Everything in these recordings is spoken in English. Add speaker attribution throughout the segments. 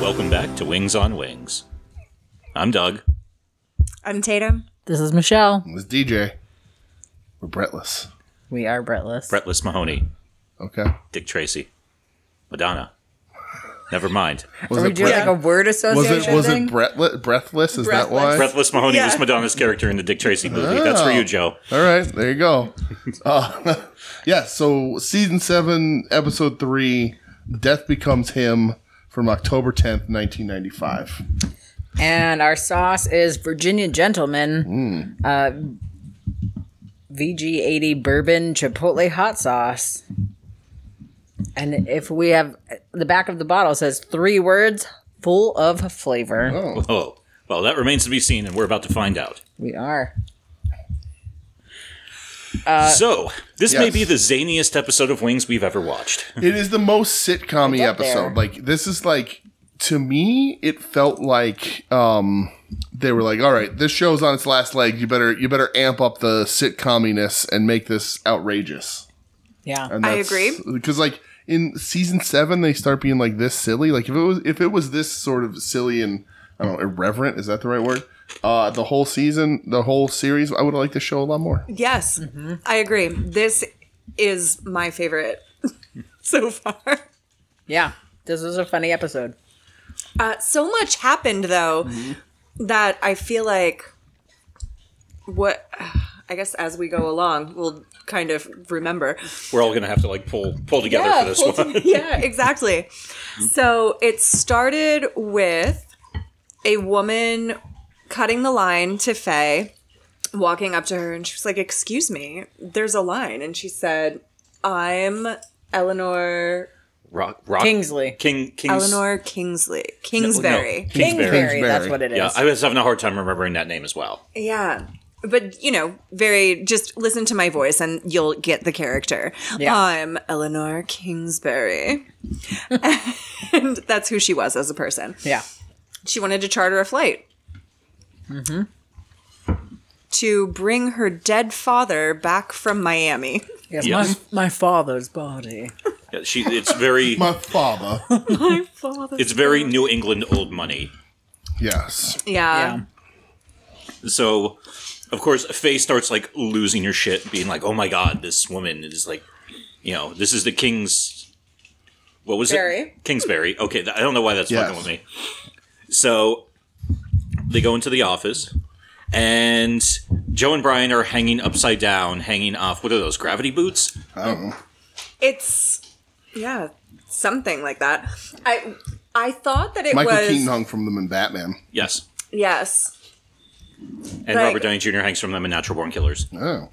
Speaker 1: Welcome back to Wings on Wings. I'm Doug.
Speaker 2: I'm Tatum.
Speaker 3: This is Michelle.
Speaker 4: It's DJ. We're Brettless.
Speaker 3: We are breathless.
Speaker 1: Brettless Mahoney,
Speaker 4: Okay.
Speaker 1: Dick Tracy, Madonna. Never mind.
Speaker 4: Was
Speaker 3: we
Speaker 4: it
Speaker 3: doing,
Speaker 4: Brett-
Speaker 3: like, a
Speaker 2: word
Speaker 4: was it
Speaker 2: association
Speaker 4: was it breathless? Breathless is that
Speaker 2: Breathless.
Speaker 4: why?
Speaker 1: Breathless Mahoney
Speaker 2: Yeah.
Speaker 1: was Madonna's character in the Dick Tracy movie. That's for you, Joe.
Speaker 4: All right, there you go. Uh, yeah. So season seven, episode three, "Death Becomes Him" from October tenth, nineteen ninety five.
Speaker 3: And our sauce is Virginia Gentleman
Speaker 4: Hmm.
Speaker 3: uh, VG80 Bourbon Chipotle Hot Sauce. And if we have the back of the bottle says three words full of flavor.
Speaker 1: Oh, well, that remains to be seen, and we're about to find out.
Speaker 3: We are.
Speaker 1: so, this may
Speaker 4: yes.
Speaker 1: be the zaniest episode of Wings we've ever watched.
Speaker 4: It is the most sitcom
Speaker 3: It's up
Speaker 4: episode.
Speaker 3: there.
Speaker 4: Like this is like to me, it felt like um they were like, All right, this show's on its last leg, you better you better amp up the sitcominess and make this outrageous.
Speaker 3: Yeah.
Speaker 4: And
Speaker 2: I agree.
Speaker 4: Because like in season seven they start being like this silly. Like if it was if it was this sort of silly and I don't know, irreverent, is that the right word? Uh the whole season, the whole series, I would like the show a lot more.
Speaker 2: Yes, I agree. This is my favorite so far.
Speaker 3: yeah. This was a funny episode.
Speaker 2: Uh, so much happened though that I feel like what I guess as we go along we'll kind of remember.
Speaker 1: We're all going to have to like pull pull together for this one.
Speaker 2: yeah, exactly. So it started with a woman cutting the line to Faye, walking up to her, and she was like, Excuse me, there's a line. And she said, I'm Eleanor
Speaker 1: Rock, rock,
Speaker 3: Kingsley.
Speaker 1: King, Kings,
Speaker 2: Eleanor Kingsley.
Speaker 1: no,
Speaker 2: Kingsbury.
Speaker 1: Kingsbury.
Speaker 3: Kingsbury, that's
Speaker 4: Kingsbury.
Speaker 3: what it is.
Speaker 1: Yeah, I was having a hard time remembering that name as well.
Speaker 2: Yeah. But you know, very just listen to my voice and you'll get the character.
Speaker 3: Yeah.
Speaker 2: I'm Eleanor Kingsbury. and that's who she was as a person.
Speaker 3: yeah.
Speaker 2: she wanted to charter a flight to bring her dead father back from Miami.
Speaker 3: Yes,
Speaker 1: Yes.
Speaker 3: My, my father's body.
Speaker 1: Yeah, she, it's very,
Speaker 4: My father.
Speaker 1: it's very New England old money.
Speaker 4: yes.
Speaker 2: Yeah.
Speaker 3: Yeah.
Speaker 1: So, of course, Faye starts like losing her shit, being like, "Oh my god, this woman is like, you know, this is the king's." What was
Speaker 2: Berry.
Speaker 1: it? Kingsbury. Okay, th- I don't know why that's
Speaker 4: Yes.
Speaker 1: fucking with me. So they go into the office, and Joe and Brian are hanging upside down, hanging off. What are those gravity boots?
Speaker 4: I don't know.
Speaker 2: It's yeah, something like that. I I thought that it
Speaker 4: Michael
Speaker 2: was
Speaker 4: Keaton hung from them in Batman.
Speaker 1: Yes.
Speaker 2: yes.
Speaker 1: And
Speaker 2: Like-
Speaker 1: Robert Downey Jr. hangs from them in Natural Born Killers.
Speaker 4: Oh.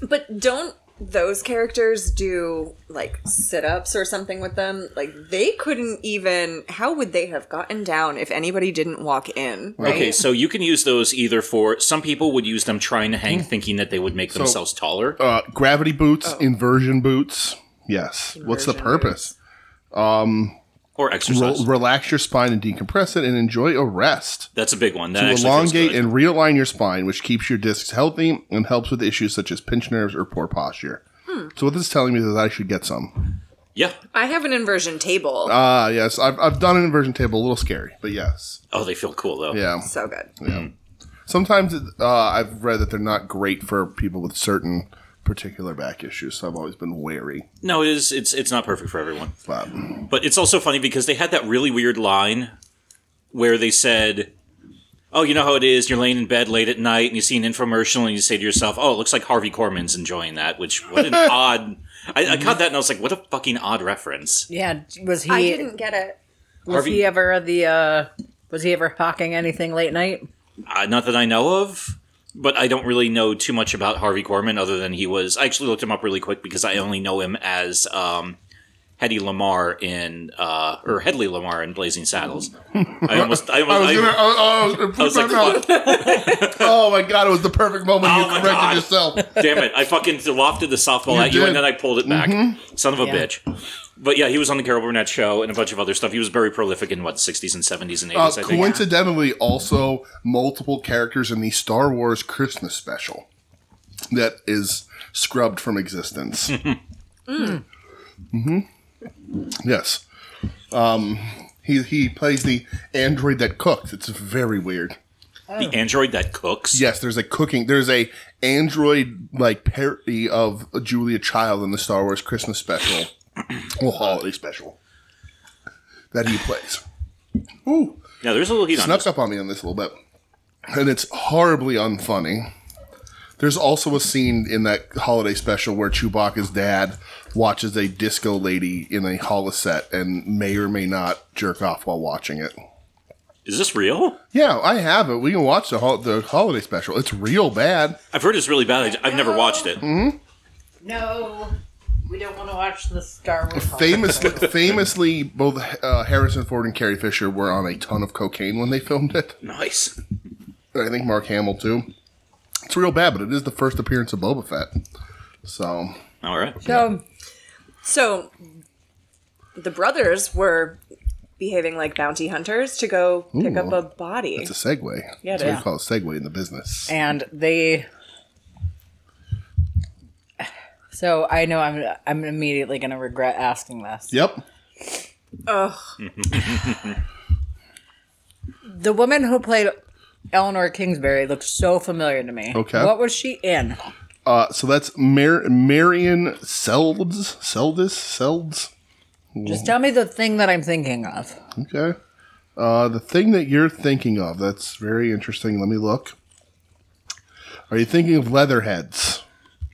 Speaker 2: But don't those characters do like sit-ups or something with them? Like they couldn't even how would they have gotten down if anybody didn't walk in? Right?
Speaker 1: Okay, so you can use those either for some people would use them trying to hang, thinking that they would make themselves taller.
Speaker 4: Hmm. uh, gravity boots, inversion boots. Yes. What's the
Speaker 2: Oh. Inversion
Speaker 4: purpose?
Speaker 1: or
Speaker 4: Re-
Speaker 1: exercise.
Speaker 4: relax your spine and decompress it, and enjoy a rest.
Speaker 1: That's a big one. That actually feels
Speaker 4: Elongate
Speaker 1: good.
Speaker 4: and realign your spine, which keeps your discs healthy and helps with issues such as pinched nerves or poor posture.
Speaker 1: Hmm.
Speaker 4: So what this is telling me is I should get some.
Speaker 1: yeah.
Speaker 2: I have an inversion table.
Speaker 4: Ah, yes, I've, I've done an inversion table, a little scary, but yes,
Speaker 1: Oh, they feel cool though.
Speaker 4: yeah.
Speaker 2: so good.
Speaker 4: Sometimes it- uh, I've read that they're not great for people with certain particular back issues, so I've always been wary.
Speaker 1: No, it is. It's it's not perfect for everyone,
Speaker 4: But
Speaker 1: but it's also funny because they had that really weird line where they said, "Oh, you know how it is. You're laying in bed late at night and you see an infomercial and you say to yourself, "Oh, it looks like Harvey Korman's enjoying that." Which what an odd. I, I caught that and I was like, "What a fucking odd reference."
Speaker 3: Yeah. Was he
Speaker 2: I didn't get it.
Speaker 3: was
Speaker 1: Harvey-
Speaker 3: he ever the uh was he ever hawking anything late night?
Speaker 1: Uh, not that I know of. But I don't really know too much about Harvey Korman other than he was. I actually looked him up really quick because I only know him as um, Hedy Lamar in, uh, or Hedley Lamar in Blazing Saddles. I almost, I
Speaker 4: I
Speaker 1: almost, I-
Speaker 4: was gonna. Oh, oh,
Speaker 1: I was like, "Fuck,
Speaker 4: oh my god! It was the perfect moment
Speaker 1: Oh
Speaker 4: you
Speaker 1: my
Speaker 4: corrected
Speaker 1: God.
Speaker 4: yourself.
Speaker 1: damn it! I fucking lofted the softball
Speaker 4: You
Speaker 1: at you, and
Speaker 4: did. Mm-hmm.
Speaker 1: then I pulled it back. Son of a
Speaker 3: Yeah.
Speaker 1: bitch. But yeah, he was on the Carol Burnett show and a bunch of other stuff. He was very prolific in what sixties and seventies and
Speaker 4: Uh,
Speaker 1: eighties. I think.
Speaker 4: coincidentally, also multiple characters in the Star Wars Christmas special that is scrubbed from existence. hmm Yes. Mm-hmm. Um, He he plays the android that cooks. It's very weird.
Speaker 1: The android that cooks.
Speaker 4: Yes, there's a cooking. There's a android like parody of Julia Child in the Star Wars Christmas special, well, holiday special that he plays. Ooh,
Speaker 1: Yeah, there's a little heat on.
Speaker 4: snuck
Speaker 1: This.
Speaker 4: up on me on this a little bit, and it's horribly unfunny. There's also a scene in that holiday special where Chewbacca's dad watches a disco lady in a holoset and may or may not jerk off while watching it.
Speaker 1: Is this real?
Speaker 4: Yeah, I have it. We can watch the hol- the holiday special. It's real bad.
Speaker 1: I've heard it's really bad. I, I've never watched it.
Speaker 4: Mm-hmm.
Speaker 3: No, we don't want to watch the Star Wars.
Speaker 4: famously, famously, both uh, Harrison Ford and Carrie Fisher were on a ton of cocaine when they filmed it.
Speaker 1: Nice.
Speaker 4: I think Mark Hamill too. It's real bad, but it is the first appearance of Boba Fett. So
Speaker 1: All right.
Speaker 3: So
Speaker 2: So the brothers were behaving like bounty hunters to go pick
Speaker 4: Ooh.
Speaker 2: up a body.
Speaker 4: it's a segue.
Speaker 2: Yeah,
Speaker 4: That's what
Speaker 3: yeah.
Speaker 4: we call a segue in the business.
Speaker 3: and they. So I know I'm I'm immediately gonna regret asking this.
Speaker 4: Yep.
Speaker 2: Ugh.
Speaker 3: The woman who played Eleanor Kingsbury looked so familiar to me.
Speaker 4: Okay.
Speaker 3: What was she in?
Speaker 4: Uh, so that's Mar- Marion Seldes, Seldes, Seldes.
Speaker 3: Just tell me the thing that I'm thinking of.
Speaker 4: Okay. Uh, the thing that you're thinking of. That's very interesting. Let me look. Are you thinking of Leatherheads?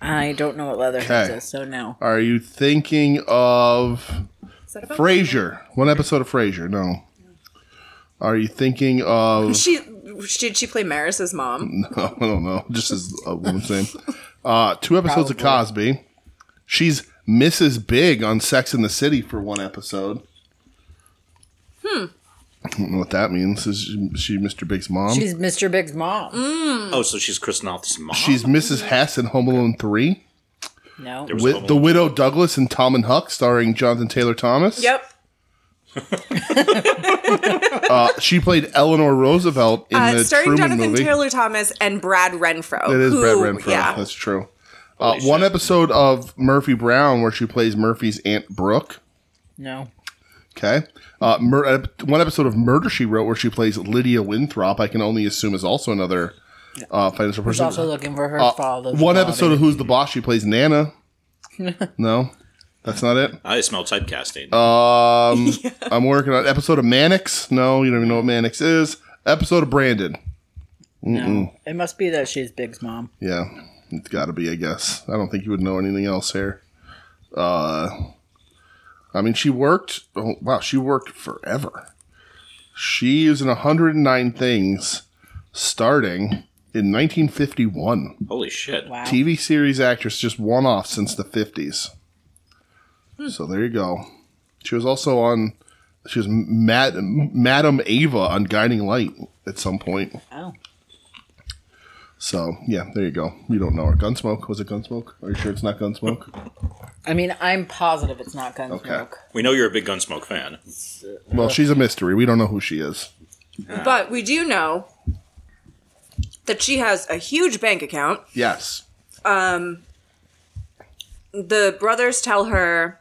Speaker 3: I don't know what Leatherheads
Speaker 4: Okay.
Speaker 3: is, so no.
Speaker 4: Are you thinking of
Speaker 2: Is that about-
Speaker 4: Frasier? One episode of Frasier? No. Are you thinking of?
Speaker 2: she did she play Maris's mom?
Speaker 4: I don't know. Just as a woman's name. Uh, two episodes of Cosby. She's Mrs. Big on Sex in the City for one episode. Hmm. I don't know what that means. Is she, she Mr. Big's mom? She's,
Speaker 3: She's Mr. Big's mom. Hmm.
Speaker 1: Oh, so she's Chris Noth's mom.
Speaker 4: Mrs. Hess in Home Alone Three.
Speaker 3: No.
Speaker 1: There was
Speaker 4: With
Speaker 1: Home
Speaker 4: the
Speaker 1: Alone.
Speaker 4: Widow Douglas and Tom and Huck, starring Jonathan Taylor Thomas.
Speaker 2: Yep.
Speaker 4: Uh, She played Eleanor Roosevelt in
Speaker 2: Uh,
Speaker 4: the
Speaker 2: starring
Speaker 4: Truman
Speaker 2: Jonathan
Speaker 4: movie.
Speaker 2: Taylor Thomas and Brad Renfro.
Speaker 4: It is
Speaker 2: who-
Speaker 4: Brad Renfro.
Speaker 2: Yeah.
Speaker 4: That's true. Uh,
Speaker 1: Holy
Speaker 4: one
Speaker 1: shit.
Speaker 4: episode of Murphy Brown where she plays Murphy's Aunt Brooke.
Speaker 3: No.
Speaker 4: Okay. Uh, mur- ep- one episode of Murder She Wrote where she plays Lydia Winthrop. I can only assume is also another uh, financial
Speaker 3: She's
Speaker 4: person.
Speaker 3: also looking for her
Speaker 4: Uh,
Speaker 3: father.
Speaker 4: one episode of Who's the Boss? She plays Nana. no, that's not it.
Speaker 1: I smell typecasting.
Speaker 4: Um, I'm working on episode of Mannix. No, you don't even know what Mannix is. Episode of Brandon.
Speaker 3: No. It must be that she's Big's mom.
Speaker 4: Yeah, it's got to be, I guess. I don't think you would know anything else here. Uh, I mean, she worked. Oh, wow, she worked forever. She is in 109 things, starting in 1951.
Speaker 1: Holy shit.
Speaker 3: Wow.
Speaker 4: TV series actress, just one off since the 50s. So there you go. She was also on. She was Mad- Madam Ava on Guiding Light at some point.
Speaker 3: Oh.
Speaker 4: So yeah, there you go. You don't know her. Gunsmoke was it Gunsmoke? Are you sure it's not Gunsmoke?
Speaker 3: I mean, I'm positive it's not Gunsmoke.
Speaker 1: We know you're a big Gunsmoke fan.
Speaker 4: well, she's a mystery. We don't know who she is.
Speaker 2: But we do know that she has a huge bank account.
Speaker 4: Yes.
Speaker 2: The brothers tell her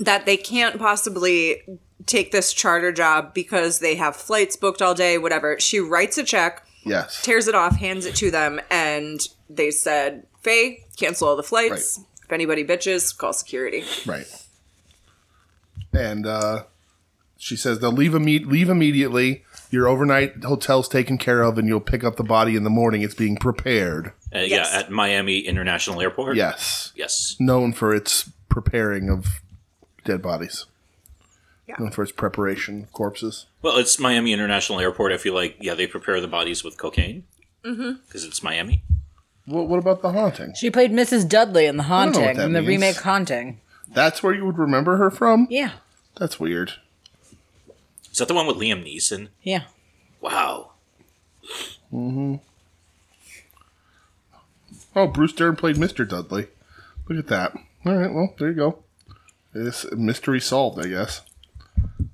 Speaker 2: that they can't possibly take this charter job because they have flights booked all day, whatever. She writes a check,
Speaker 4: Yes.
Speaker 2: tears it off, hands it to them, and they said, Faye, cancel all the flights.
Speaker 4: Right.
Speaker 2: If anybody bitches, call security.
Speaker 4: Right. And uh, she says they'll leave imme- leave immediately. Your overnight hotel's taken care of, and you'll pick up the body in the morning. It's being prepared.
Speaker 1: Uh,
Speaker 2: Yes.
Speaker 1: Yeah, at Miami International Airport.
Speaker 4: Yes.
Speaker 1: Yes.
Speaker 4: Known for its preparing of dead bodies.
Speaker 2: Yeah.
Speaker 4: Known for its preparation of corpses.
Speaker 1: Well, it's Miami International Airport. I feel like yeah, they prepare the bodies with cocaine
Speaker 3: Mm-hmm.
Speaker 1: because it's Miami.
Speaker 4: What, what about the haunting?
Speaker 3: She played Mrs. Dudley in The
Speaker 4: don't know what
Speaker 3: Haunting,
Speaker 4: that
Speaker 3: in the
Speaker 4: means.
Speaker 3: remake Haunting.
Speaker 4: That's where you would remember her from?
Speaker 3: Yeah.
Speaker 4: That's weird.
Speaker 1: Is that the one with Liam Neeson?
Speaker 3: Yeah.
Speaker 1: Wow.
Speaker 4: Oh, Bruce Dern played Mr. Dudley. Look at that. All right, well, there you go. This mystery solved, I guess.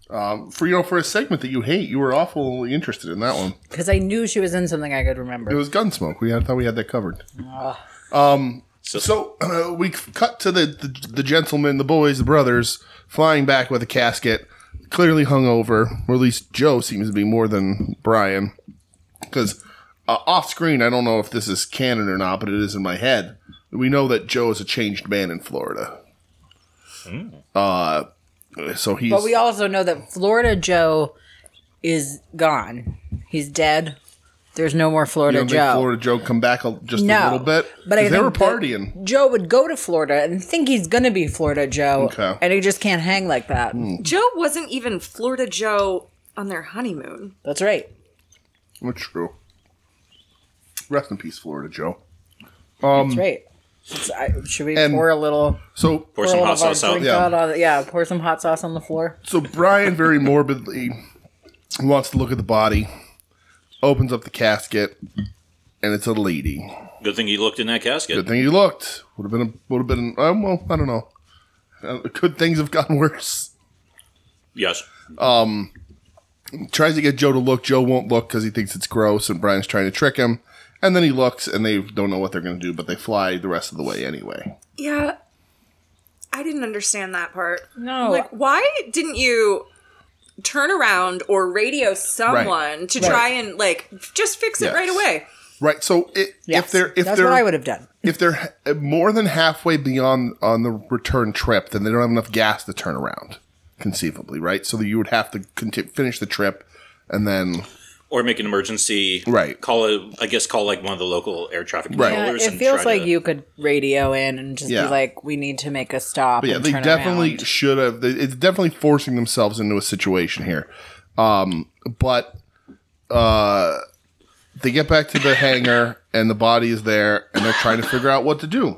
Speaker 4: Um, for you know, for a segment that you hate, you were awfully interested in that one.
Speaker 3: Because I knew she was in something I could
Speaker 4: It
Speaker 3: remember.
Speaker 4: was Gunsmoke. We I thought we had that covered.
Speaker 3: Ah.
Speaker 4: Um,
Speaker 1: So,
Speaker 4: So uh, we cut to the, the the gentlemen, the boys, the brothers flying back with a casket. clearly hungover, or at least Joe seems to be more than Brian. Because uh, off screen, I don't know if this is canon or not, but it is in my head. We know that Joe is a changed man in Florida. Uh, so he's
Speaker 3: But we also know that Florida Joe is gone. He's dead. There's no more
Speaker 4: you
Speaker 3: Florida
Speaker 4: know, make
Speaker 3: Joe.
Speaker 4: Florida Joe come back a, just
Speaker 3: No,
Speaker 4: a little bit.
Speaker 3: but I
Speaker 4: 'Cause they were
Speaker 3: think that-
Speaker 4: partying.
Speaker 3: Joe would go to Florida and think he's gonna be Florida Joe,
Speaker 4: Okay. Hmm.
Speaker 3: and he just can't hang like that.
Speaker 2: Joe wasn't even Florida Joe on their honeymoon.
Speaker 3: That's right.
Speaker 4: That's true. Rest in peace, Florida Joe.
Speaker 3: That's right. It's- I- should we
Speaker 4: and-
Speaker 3: pour a little,
Speaker 4: So
Speaker 1: Pour
Speaker 3: pour
Speaker 1: some
Speaker 3: a
Speaker 1: hot
Speaker 3: little
Speaker 1: sauce out.
Speaker 3: drink
Speaker 4: Yeah.
Speaker 3: out on? Yeah, pour some hot sauce on the floor.
Speaker 4: So Brian very morbidly wants to look at the body, opens up the casket, and it's a lady.
Speaker 1: Good thing you looked in that
Speaker 4: Good
Speaker 1: casket.
Speaker 4: thing you looked. Would have been. A, would have been. Um, well, I don't know. Uh, could things have gotten worse?
Speaker 1: Yes.
Speaker 4: Tries to get Joe to look. Joe won't look because he thinks it's gross, and Brian's trying to trick him. And then he looks, and they don't know what they're going to do, but they fly the rest of the way anyway.
Speaker 2: Yeah. I didn't understand that part.
Speaker 3: No.
Speaker 2: Like, why didn't you turn around or radio someone to try and, like, f- just fix it
Speaker 4: Yes.
Speaker 2: right away?
Speaker 4: Right. So it, if
Speaker 3: Yes.
Speaker 4: they're if
Speaker 3: that's
Speaker 4: they're
Speaker 3: what I would have done.
Speaker 4: if they're h- more than halfway beyond on the return trip, then they don't have enough gas to turn around, conceivably, right? So that you would have to conti- finish the trip, and then
Speaker 1: Or make an emergency.
Speaker 4: Right.
Speaker 1: Call a, I guess call like one of the local air traffic
Speaker 4: Right. Yeah,
Speaker 1: controllers.
Speaker 3: it
Speaker 1: and
Speaker 3: feels
Speaker 1: try
Speaker 3: like
Speaker 1: to,
Speaker 3: you could radio in and just
Speaker 4: Yeah.
Speaker 3: be like, "We need to make a stop."
Speaker 4: yeah,
Speaker 3: and
Speaker 4: they
Speaker 3: turn
Speaker 4: definitely
Speaker 3: around.
Speaker 4: should have. they- It's definitely forcing themselves into a situation here, um, but uh, they get back to the hangar, and the body is there, and they're trying to figure out what to do.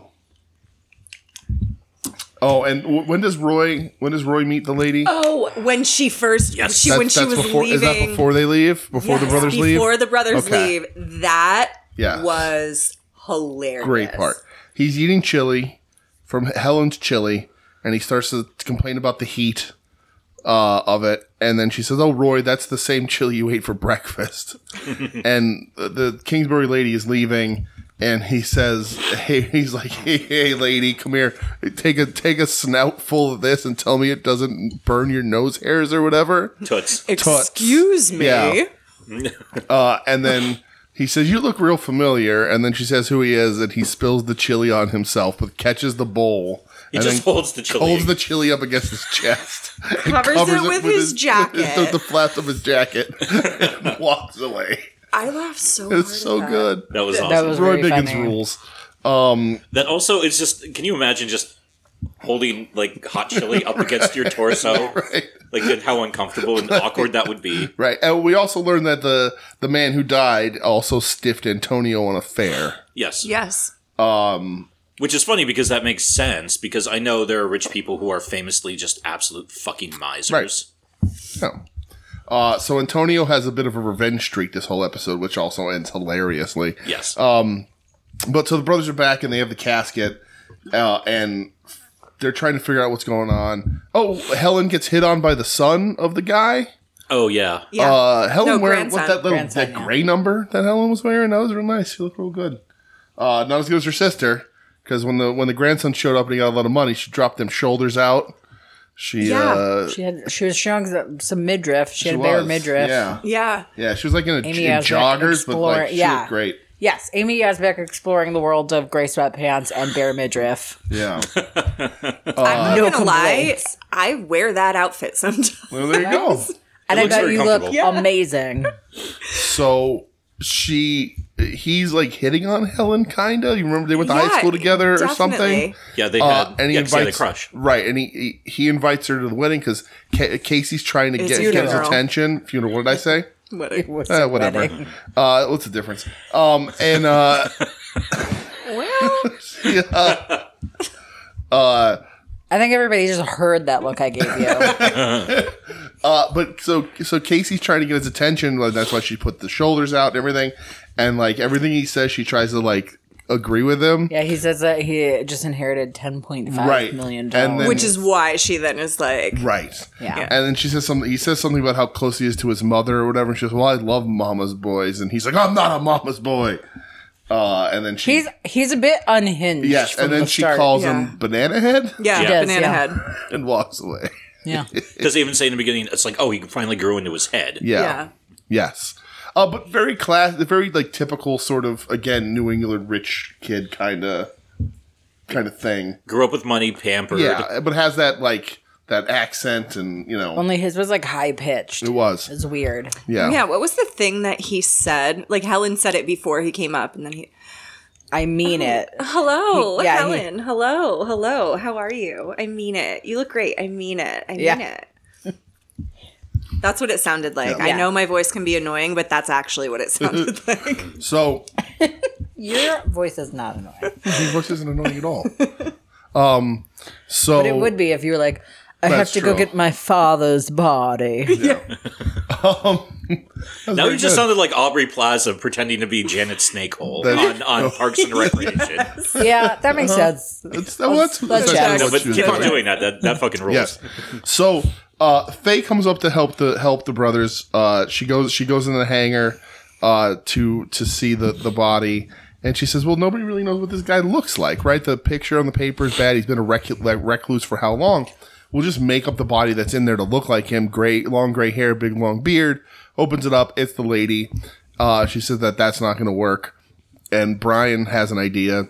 Speaker 4: Oh, and w- when does Roy? When does Roy meet the lady?
Speaker 2: Oh, when she first,
Speaker 1: Yes.
Speaker 2: she, when she was
Speaker 4: before,
Speaker 2: leaving.
Speaker 4: Is that before they leave? Before the
Speaker 2: Yes,
Speaker 4: brothers leave?
Speaker 2: Before the brothers
Speaker 4: Okay.
Speaker 2: leave. That
Speaker 4: Yes.
Speaker 2: was hilarious.
Speaker 4: Great part. He's eating chili from Helen's chili, and he starts to complain about the heat uh, of it. And then she says, "Oh, Roy, that's the same chili you ate for breakfast." and the, the Kingsbury lady is leaving, and he says, "Hey, he's like, hey, hey, lady, come here. Take a take a snout full of this, and tell me it doesn't burn your nose hairs or whatever."
Speaker 1: Toots.
Speaker 2: Excuse me.
Speaker 4: Yeah. Uh, and then he says, "You look real familiar." And then she says who he is, and he spills the chili on himself, but catches the bowl.
Speaker 1: He
Speaker 4: and
Speaker 1: just
Speaker 4: then
Speaker 1: holds the chili.
Speaker 4: holds the chili up against his chest, and
Speaker 2: Covers it with his jacket.
Speaker 4: with the flaps of his jacket, and walks away.
Speaker 2: I laughed so hard.
Speaker 4: It's so
Speaker 2: at that.
Speaker 4: good.
Speaker 1: that was awesome.
Speaker 3: That was
Speaker 4: Roy
Speaker 3: very
Speaker 4: Biggins
Speaker 3: funny.
Speaker 4: rules.
Speaker 1: That also is just. Can you imagine just holding like hot chili up against your torso?
Speaker 4: Right.
Speaker 1: Like and how uncomfortable and awkward that would be.
Speaker 4: Right, and we also learned that the the man who died also stiffed Antonio on a fair.
Speaker 1: Yes.
Speaker 2: Yes.
Speaker 1: Which is funny because that makes sense because I know there are rich people who are famously just absolute fucking misers.
Speaker 4: No. Uh, so Antonio has a bit of a revenge streak this whole episode, which also ends hilariously.
Speaker 1: Yes.
Speaker 4: Uh, But so the brothers are back and they have the casket, uh, and they're trying to figure out what's going on. Oh, Helen gets hit on by the son of the guy.
Speaker 1: oh yeah.
Speaker 2: Yeah.
Speaker 4: Uh, Helen
Speaker 2: No,
Speaker 4: wearing
Speaker 2: grandson.
Speaker 4: what that little
Speaker 3: Grandson,
Speaker 4: that
Speaker 3: yeah.
Speaker 4: gray number that Helen was wearing. That was real nice. She looked real good. Uh, not as good as her sister because when the when the grandson showed up and he got a lot of money, she dropped them shoulders out. She
Speaker 2: Yeah.
Speaker 4: uh,
Speaker 3: She had she was showing some- some midriff. She,
Speaker 4: she
Speaker 3: had bare
Speaker 4: was.
Speaker 3: midriff.
Speaker 4: Yeah,
Speaker 2: yeah.
Speaker 4: yeah. She was like in a
Speaker 3: Amy
Speaker 4: in
Speaker 3: Asbeck
Speaker 4: joggers, but
Speaker 3: Explorer-
Speaker 4: like she
Speaker 3: yeah.
Speaker 4: looked great.
Speaker 3: Yes, Amy Yazbek exploring the world of gray sweatpants and bare midriff.
Speaker 4: Yeah.
Speaker 2: I'm not
Speaker 3: No
Speaker 2: gonna lie.
Speaker 3: complaints.
Speaker 2: I wear that outfit sometimes.
Speaker 4: well, there you go.
Speaker 3: And I
Speaker 1: looks
Speaker 3: bet
Speaker 1: very
Speaker 3: you look
Speaker 1: comfortable. Yeah.
Speaker 3: amazing.
Speaker 4: So she, he's like hitting on Helen, kinda. You remember they went to high
Speaker 2: Yeah,
Speaker 4: school together or
Speaker 2: definitely.
Speaker 4: something.
Speaker 1: Yeah, they had,
Speaker 4: Uh, and he
Speaker 1: yeah, 'cause they had
Speaker 4: invites
Speaker 1: a crush.
Speaker 4: right, and he he, he invites her to the wedding because Casey's trying to
Speaker 2: It's
Speaker 4: get, get his
Speaker 2: funeral.
Speaker 4: attention. Funeral. What did I say?
Speaker 2: Whatever.
Speaker 3: What's
Speaker 4: Eh,
Speaker 3: a
Speaker 4: whatever.
Speaker 3: wedding?
Speaker 4: Uh, what's the difference? Um, and uh,
Speaker 2: Well,
Speaker 3: I think everybody just heard that look I gave you.
Speaker 4: uh, but so so Casey's trying to get his attention. Like, that's why she put the shoulders out and everything, and like everything he says, she tries to like agree with him.
Speaker 3: yeah, he says that he just inherited ten point
Speaker 4: Right.
Speaker 3: five million dollars.
Speaker 4: And then-
Speaker 2: which is why she then is like,
Speaker 4: Right.
Speaker 3: Yeah. Yeah.
Speaker 4: And then she says something. He says something about how close he is to his mother or whatever. And she goes, "Well, I love mama's boys," and he's like, "I'm not a mama's boy." Uh, and then she,
Speaker 3: he's he's a bit unhinged.
Speaker 4: yes,
Speaker 3: from
Speaker 4: and then
Speaker 3: the
Speaker 4: she
Speaker 3: start.
Speaker 4: calls
Speaker 2: Yeah.
Speaker 4: him banana head
Speaker 2: yeah,
Speaker 1: Yeah.
Speaker 2: banana
Speaker 3: Yeah.
Speaker 2: head.
Speaker 4: and walks away.
Speaker 3: Yeah.
Speaker 1: Because they even say in the beginning, it's like, oh, he finally grew into his head.
Speaker 4: Yeah.
Speaker 2: Yeah.
Speaker 4: Yes. Uh, but very class, very like typical sort of again New England rich kid kind of kind of thing.
Speaker 1: Grew up with money, pampered.
Speaker 4: Yeah, but has that like that accent and you know
Speaker 3: Only his was like high pitched.
Speaker 4: it
Speaker 3: It
Speaker 4: was
Speaker 3: was weird.
Speaker 4: yeah
Speaker 2: Yeah, what was the thing that he said? Like Helen said it before he came up, and then he,
Speaker 3: I mean it.
Speaker 2: "Hello,
Speaker 3: He- yeah, he-
Speaker 2: Helen. hello, hello. How are you? I mean it. You look great. I mean it. I mean
Speaker 3: Yeah.
Speaker 2: it." That's what it sounded like.
Speaker 4: Yeah.
Speaker 2: I
Speaker 3: Yeah. Mm-hmm.
Speaker 2: know my voice can be annoying, but that's actually what it sounded like.
Speaker 4: So
Speaker 3: Your voice is not annoying.
Speaker 4: his voice isn't annoying at all. Um, so
Speaker 3: But it would be if you were like, I have
Speaker 4: Oh. That's
Speaker 3: to go
Speaker 4: true.
Speaker 3: get my father's body.
Speaker 1: Now
Speaker 4: um, very
Speaker 1: you just
Speaker 4: good.
Speaker 1: sounded like Aubrey Plaza pretending to be Janet Snakehole on,
Speaker 4: That-
Speaker 1: on Parks and Recreation.
Speaker 3: yeah, that makes
Speaker 4: Uh-huh.
Speaker 3: sense.
Speaker 4: It's- well, that's-
Speaker 3: Let's
Speaker 4: that's
Speaker 3: check.
Speaker 4: what
Speaker 1: No, but
Speaker 4: she was
Speaker 1: keep on
Speaker 4: doing.
Speaker 1: doing that. That, that fucking rules.
Speaker 4: Yes. So uh, Faye comes up to help the help the brothers. Uh, she goes she goes in the hangar uh, to to see the the body, and she says, "Well, nobody really knows what this guy looks like, right? The picture on the paper is bad. He's been a rec- like, recluse for how long? We'll just make up the body that's in there to look like him. Gray, long gray hair, big long beard. Opens it up. It's the lady. Uh, she says that that's not going to work, and Brian has an idea.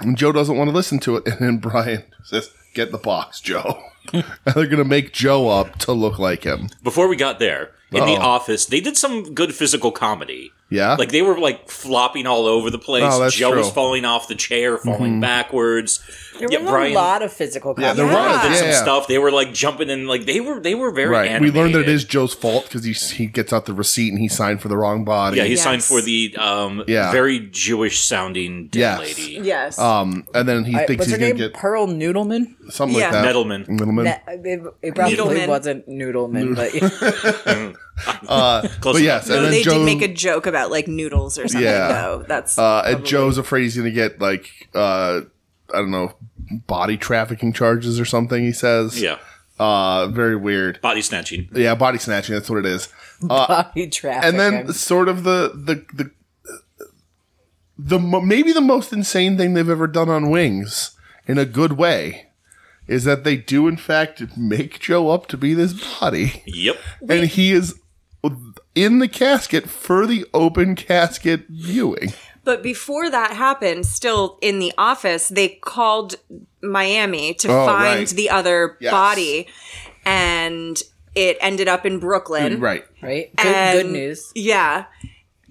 Speaker 4: And Joe doesn't want to listen to it. And then Brian says, Get the box, Joe. and they're going to make Joe up to look like him.
Speaker 1: Before we got there, in the
Speaker 4: Uh-oh.
Speaker 1: office, they did some good physical comedy.
Speaker 4: Yeah.
Speaker 1: Like they were like flopping all over the place.
Speaker 4: Oh, that's
Speaker 1: Joe was
Speaker 4: true. Mm-hmm.
Speaker 1: falling off the chair, falling backwards.
Speaker 3: There
Speaker 1: yeah,
Speaker 3: was
Speaker 1: Brian
Speaker 3: a lot of physical comedy.
Speaker 4: there
Speaker 1: Brian
Speaker 4: was.
Speaker 1: did some
Speaker 4: Yeah.
Speaker 1: stuff. They were like jumping in. Like they were they were very
Speaker 4: right.
Speaker 1: animated.
Speaker 4: We learned that it is Joe's fault because he, he gets out the receipt and he signed for the wrong body.
Speaker 1: Yeah, he
Speaker 2: Yes.
Speaker 1: signed for the um,
Speaker 4: Yeah.
Speaker 1: very Jewish sounding dead
Speaker 4: Yes.
Speaker 1: lady.
Speaker 2: yes.
Speaker 4: um, and then he
Speaker 3: I-
Speaker 4: thinks
Speaker 3: What's
Speaker 4: he's
Speaker 3: her
Speaker 4: going
Speaker 3: name?
Speaker 4: to get Um,
Speaker 3: Pearl Noodleman?
Speaker 4: something
Speaker 2: Yeah.
Speaker 4: like that.
Speaker 1: Middleman.
Speaker 4: Middleman.
Speaker 3: That- it, it probably
Speaker 2: Noodleman.
Speaker 3: wasn't Noodleman, but
Speaker 1: Close
Speaker 4: But
Speaker 1: enough.
Speaker 4: yes.
Speaker 2: no,
Speaker 4: and then
Speaker 2: they
Speaker 4: Joe,
Speaker 2: did make a joke about like noodles or something,
Speaker 4: Yeah.
Speaker 2: though. That's
Speaker 4: uh, and Joe's afraid he's going to get, like, uh, I don't know, body trafficking charges or something, he says.
Speaker 1: Yeah.
Speaker 4: Uh, very weird.
Speaker 1: Body snatching.
Speaker 4: Yeah, body snatching. That's what it is.
Speaker 3: body traffic.
Speaker 4: and then sort of the the the the mo- maybe the most insane thing they've ever done on wings in a good way is that they do in fact make Joe up to be this body
Speaker 1: Yep.
Speaker 4: and he is in the casket for the open casket viewing.
Speaker 2: But before that happened, still in the office, they called Miami to
Speaker 4: Oh,
Speaker 2: find
Speaker 4: right.
Speaker 2: the other
Speaker 4: Yes.
Speaker 2: body, and it ended up in Brooklyn.
Speaker 4: Mm, Right.
Speaker 3: right? Good, good
Speaker 2: And-
Speaker 3: news.
Speaker 2: Yeah.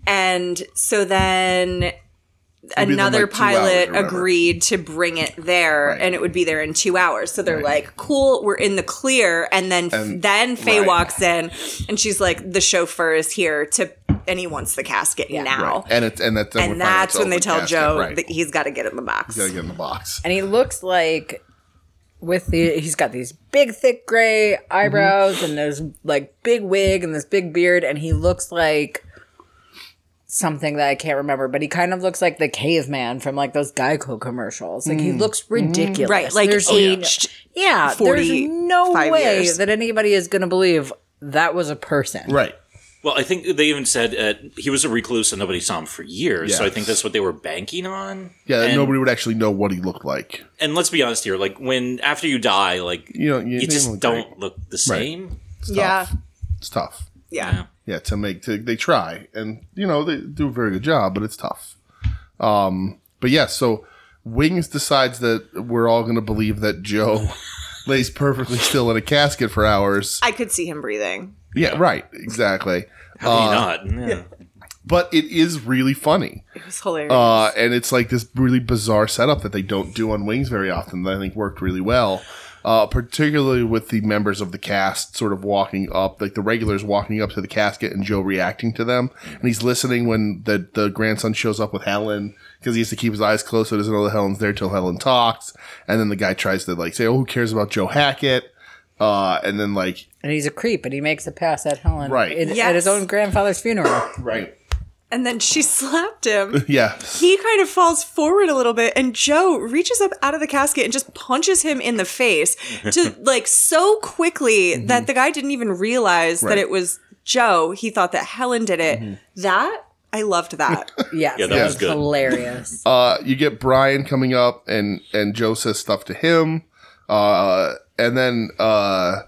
Speaker 2: And so then
Speaker 4: be there in,
Speaker 2: another
Speaker 4: like, two hours
Speaker 2: pilot
Speaker 4: or whatever.
Speaker 2: agreed to bring it there
Speaker 4: Right.
Speaker 2: and it would be there in two hours. So they're like, cool, we're in the clear. And then
Speaker 4: And-
Speaker 2: then Faye
Speaker 4: right.
Speaker 2: walks in and she's like, the chauffeur is here to and he wants the casket now.
Speaker 4: Right. And it's and that's then we
Speaker 2: And
Speaker 4: find out
Speaker 2: that's
Speaker 4: it's
Speaker 2: when they
Speaker 4: open
Speaker 2: tell
Speaker 4: casket.
Speaker 2: Joe
Speaker 4: right.
Speaker 2: that he's got to get in the box.
Speaker 4: gotta get in the box.
Speaker 3: and he looks like with the he's got these big thick gray eyebrows and there's like big wig and this big beard and he looks like something that I can't remember but he kind of looks like the caveman from like those Geico commercials like he looks ridiculous
Speaker 2: Right, like
Speaker 3: there's
Speaker 2: aged
Speaker 3: yeah
Speaker 2: 40,
Speaker 3: there's no
Speaker 2: five
Speaker 3: way
Speaker 2: years.
Speaker 3: that anybody is gonna believe that was a person
Speaker 4: Right.
Speaker 1: Well, I think they even said uh, he was a recluse and nobody saw him for years. So I
Speaker 4: Yes.
Speaker 1: think that's what they were banking on.
Speaker 4: Yeah, that
Speaker 1: And,
Speaker 4: nobody would actually know what he looked like.
Speaker 1: and let's be honest here. Like when after you die, like
Speaker 4: You know, you,
Speaker 1: you
Speaker 4: they
Speaker 1: just
Speaker 4: look
Speaker 1: don't
Speaker 4: great.
Speaker 1: look the same.
Speaker 4: It's
Speaker 2: Yeah.
Speaker 4: tough. It's tough.
Speaker 2: Yeah.
Speaker 1: Yeah.
Speaker 4: yeah to make to, they try and you know they do a very good job but it's tough um but yeah so wings decides that we're all going to believe that joe lays perfectly still in a casket for hours
Speaker 2: I could see him breathing.
Speaker 4: yeah right exactly
Speaker 1: How
Speaker 4: Uh,
Speaker 1: can you not? Yeah.
Speaker 4: but it is really funny
Speaker 2: It was hilarious.
Speaker 4: uh and it's like this really bizarre setup that they don't do on wings very often that i think worked really well uh, particularly with the members of the cast sort of walking up, like the regulars walking up to the casket and Joe reacting to them. And he's listening when the, the grandson shows up with Helen because he has to keep his eyes closed so he doesn't know that Helen's there till Helen talks. And then the guy tries to like say, oh, who cares about Joe Hackett? Uh, and then like,
Speaker 3: and he's a creep and he makes a pass at Helen
Speaker 4: Right.
Speaker 3: in-
Speaker 2: Yes.
Speaker 3: at his own grandfather's funeral
Speaker 4: right.
Speaker 2: and then she slapped him.
Speaker 4: Yeah.
Speaker 2: He kind of falls forward a little bit, and Joe reaches up out of the casket and just punches him in the face to like so quickly that the guy didn't even realize
Speaker 4: Mm-hmm. Right. Mm-hmm.
Speaker 2: that it was Joe. He thought that Helen did it. That I loved that.
Speaker 3: yes
Speaker 1: Yeah, that was good.
Speaker 3: hilarious
Speaker 4: Uh, you get Brian coming up, and and Joe says stuff to him, uh, and then uh,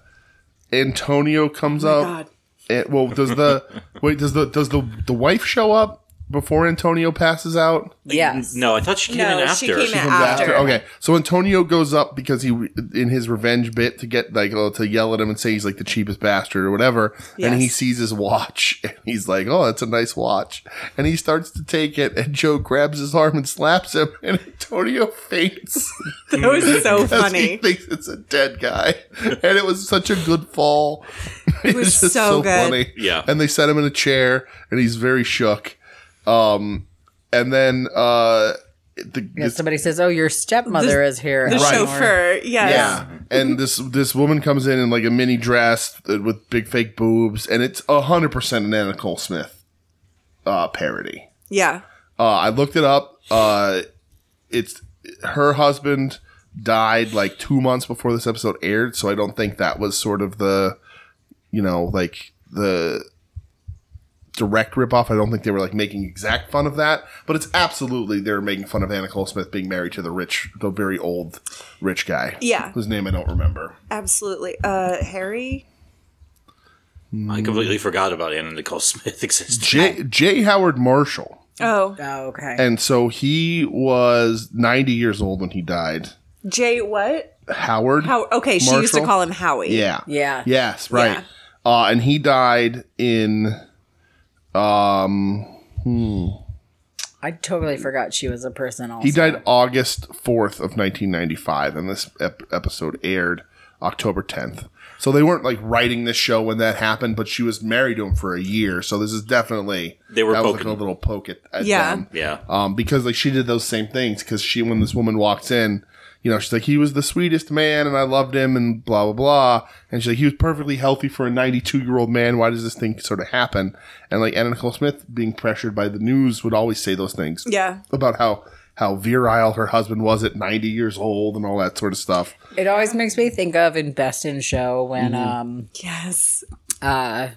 Speaker 4: Antonio comes
Speaker 2: Oh,
Speaker 4: up.
Speaker 2: God.
Speaker 4: And, well, does the wait? Does the does the the wife show up before Antonio passes out?
Speaker 3: Yes.
Speaker 1: No, I thought she came
Speaker 2: No,
Speaker 1: in
Speaker 2: she
Speaker 1: after.
Speaker 2: came in
Speaker 4: Comes
Speaker 2: after.
Speaker 4: Okay, so Antonio goes up because he in his revenge bit to get like oh, to yell at him and say he's like the cheapest bastard or whatever. And
Speaker 2: Yes.
Speaker 4: he sees his watch and he's like, oh, that's a nice watch. And he starts to take it, and Joe grabs his arm and slaps him, and Antonio faints.
Speaker 2: That was so
Speaker 4: Because He
Speaker 2: funny.
Speaker 4: thinks it's a dead guy, and it was such a good fall. It
Speaker 2: was so good.
Speaker 1: Yeah.
Speaker 4: and they set him in a chair, and he's very shook. Um, and then uh, the
Speaker 3: Yeah, somebody says, "Oh, your stepmother is here."
Speaker 2: The
Speaker 3: Eleanor."
Speaker 2: chauffeur. Yes.
Speaker 4: yeah, and this this woman comes in in like a mini dress uh, with big fake boobs, and it's hundred percent an Anna Nicole Smith uh, parody.
Speaker 2: Yeah.
Speaker 4: Uh, I looked it up. Uh, it's her husband died like two months before this episode aired, so I don't think that was sort of the, you know, like the direct ripoff. I don't think they were like making exact fun of that, but it's absolutely they were making fun of Anna Cole Smith being married to the rich, the very old rich guy.
Speaker 2: Yeah.
Speaker 4: whose name I don't remember.
Speaker 2: Absolutely. Uh, Harry.
Speaker 1: I completely forgot about Anna Nicole Smith existing.
Speaker 4: J. J. Howard Marshall.
Speaker 2: Oh,
Speaker 3: Oh, okay.
Speaker 4: And so he was 90 years old when he died.
Speaker 2: Jay. What?
Speaker 4: Howard.
Speaker 2: How? Okay. She used to
Speaker 4: Marshall?
Speaker 2: call him Howie.
Speaker 4: Yeah.
Speaker 3: yeah.
Speaker 4: Yes, right.
Speaker 2: Yeah.
Speaker 4: Uh, and he died in. Um,
Speaker 3: I totally forgot she was a person. Also,
Speaker 4: he died August fourth of nineteen ninety five, and this ep- episode aired October tenth. So they weren't like writing this show when that happened, but she was married to him for a year. So this is definitely
Speaker 1: They were
Speaker 4: that was like
Speaker 1: poking.
Speaker 4: a little poke at, at
Speaker 2: Yeah.
Speaker 4: them.
Speaker 1: Yeah.
Speaker 4: um, because like she did those same things because she when this woman walks in you know she's like he was the sweetest man and i loved him and blah blah blah and she's like he was perfectly healthy for a 92 year old man why does this thing sort of happen and like anna nicole smith being pressured by the news would always say those things
Speaker 2: Yeah.
Speaker 4: about how how virile her husband was at 90 years old and all that sort of stuff
Speaker 3: It always makes me think of in Best in Show when
Speaker 4: Mm-hmm.
Speaker 3: um
Speaker 2: Yes.
Speaker 3: uh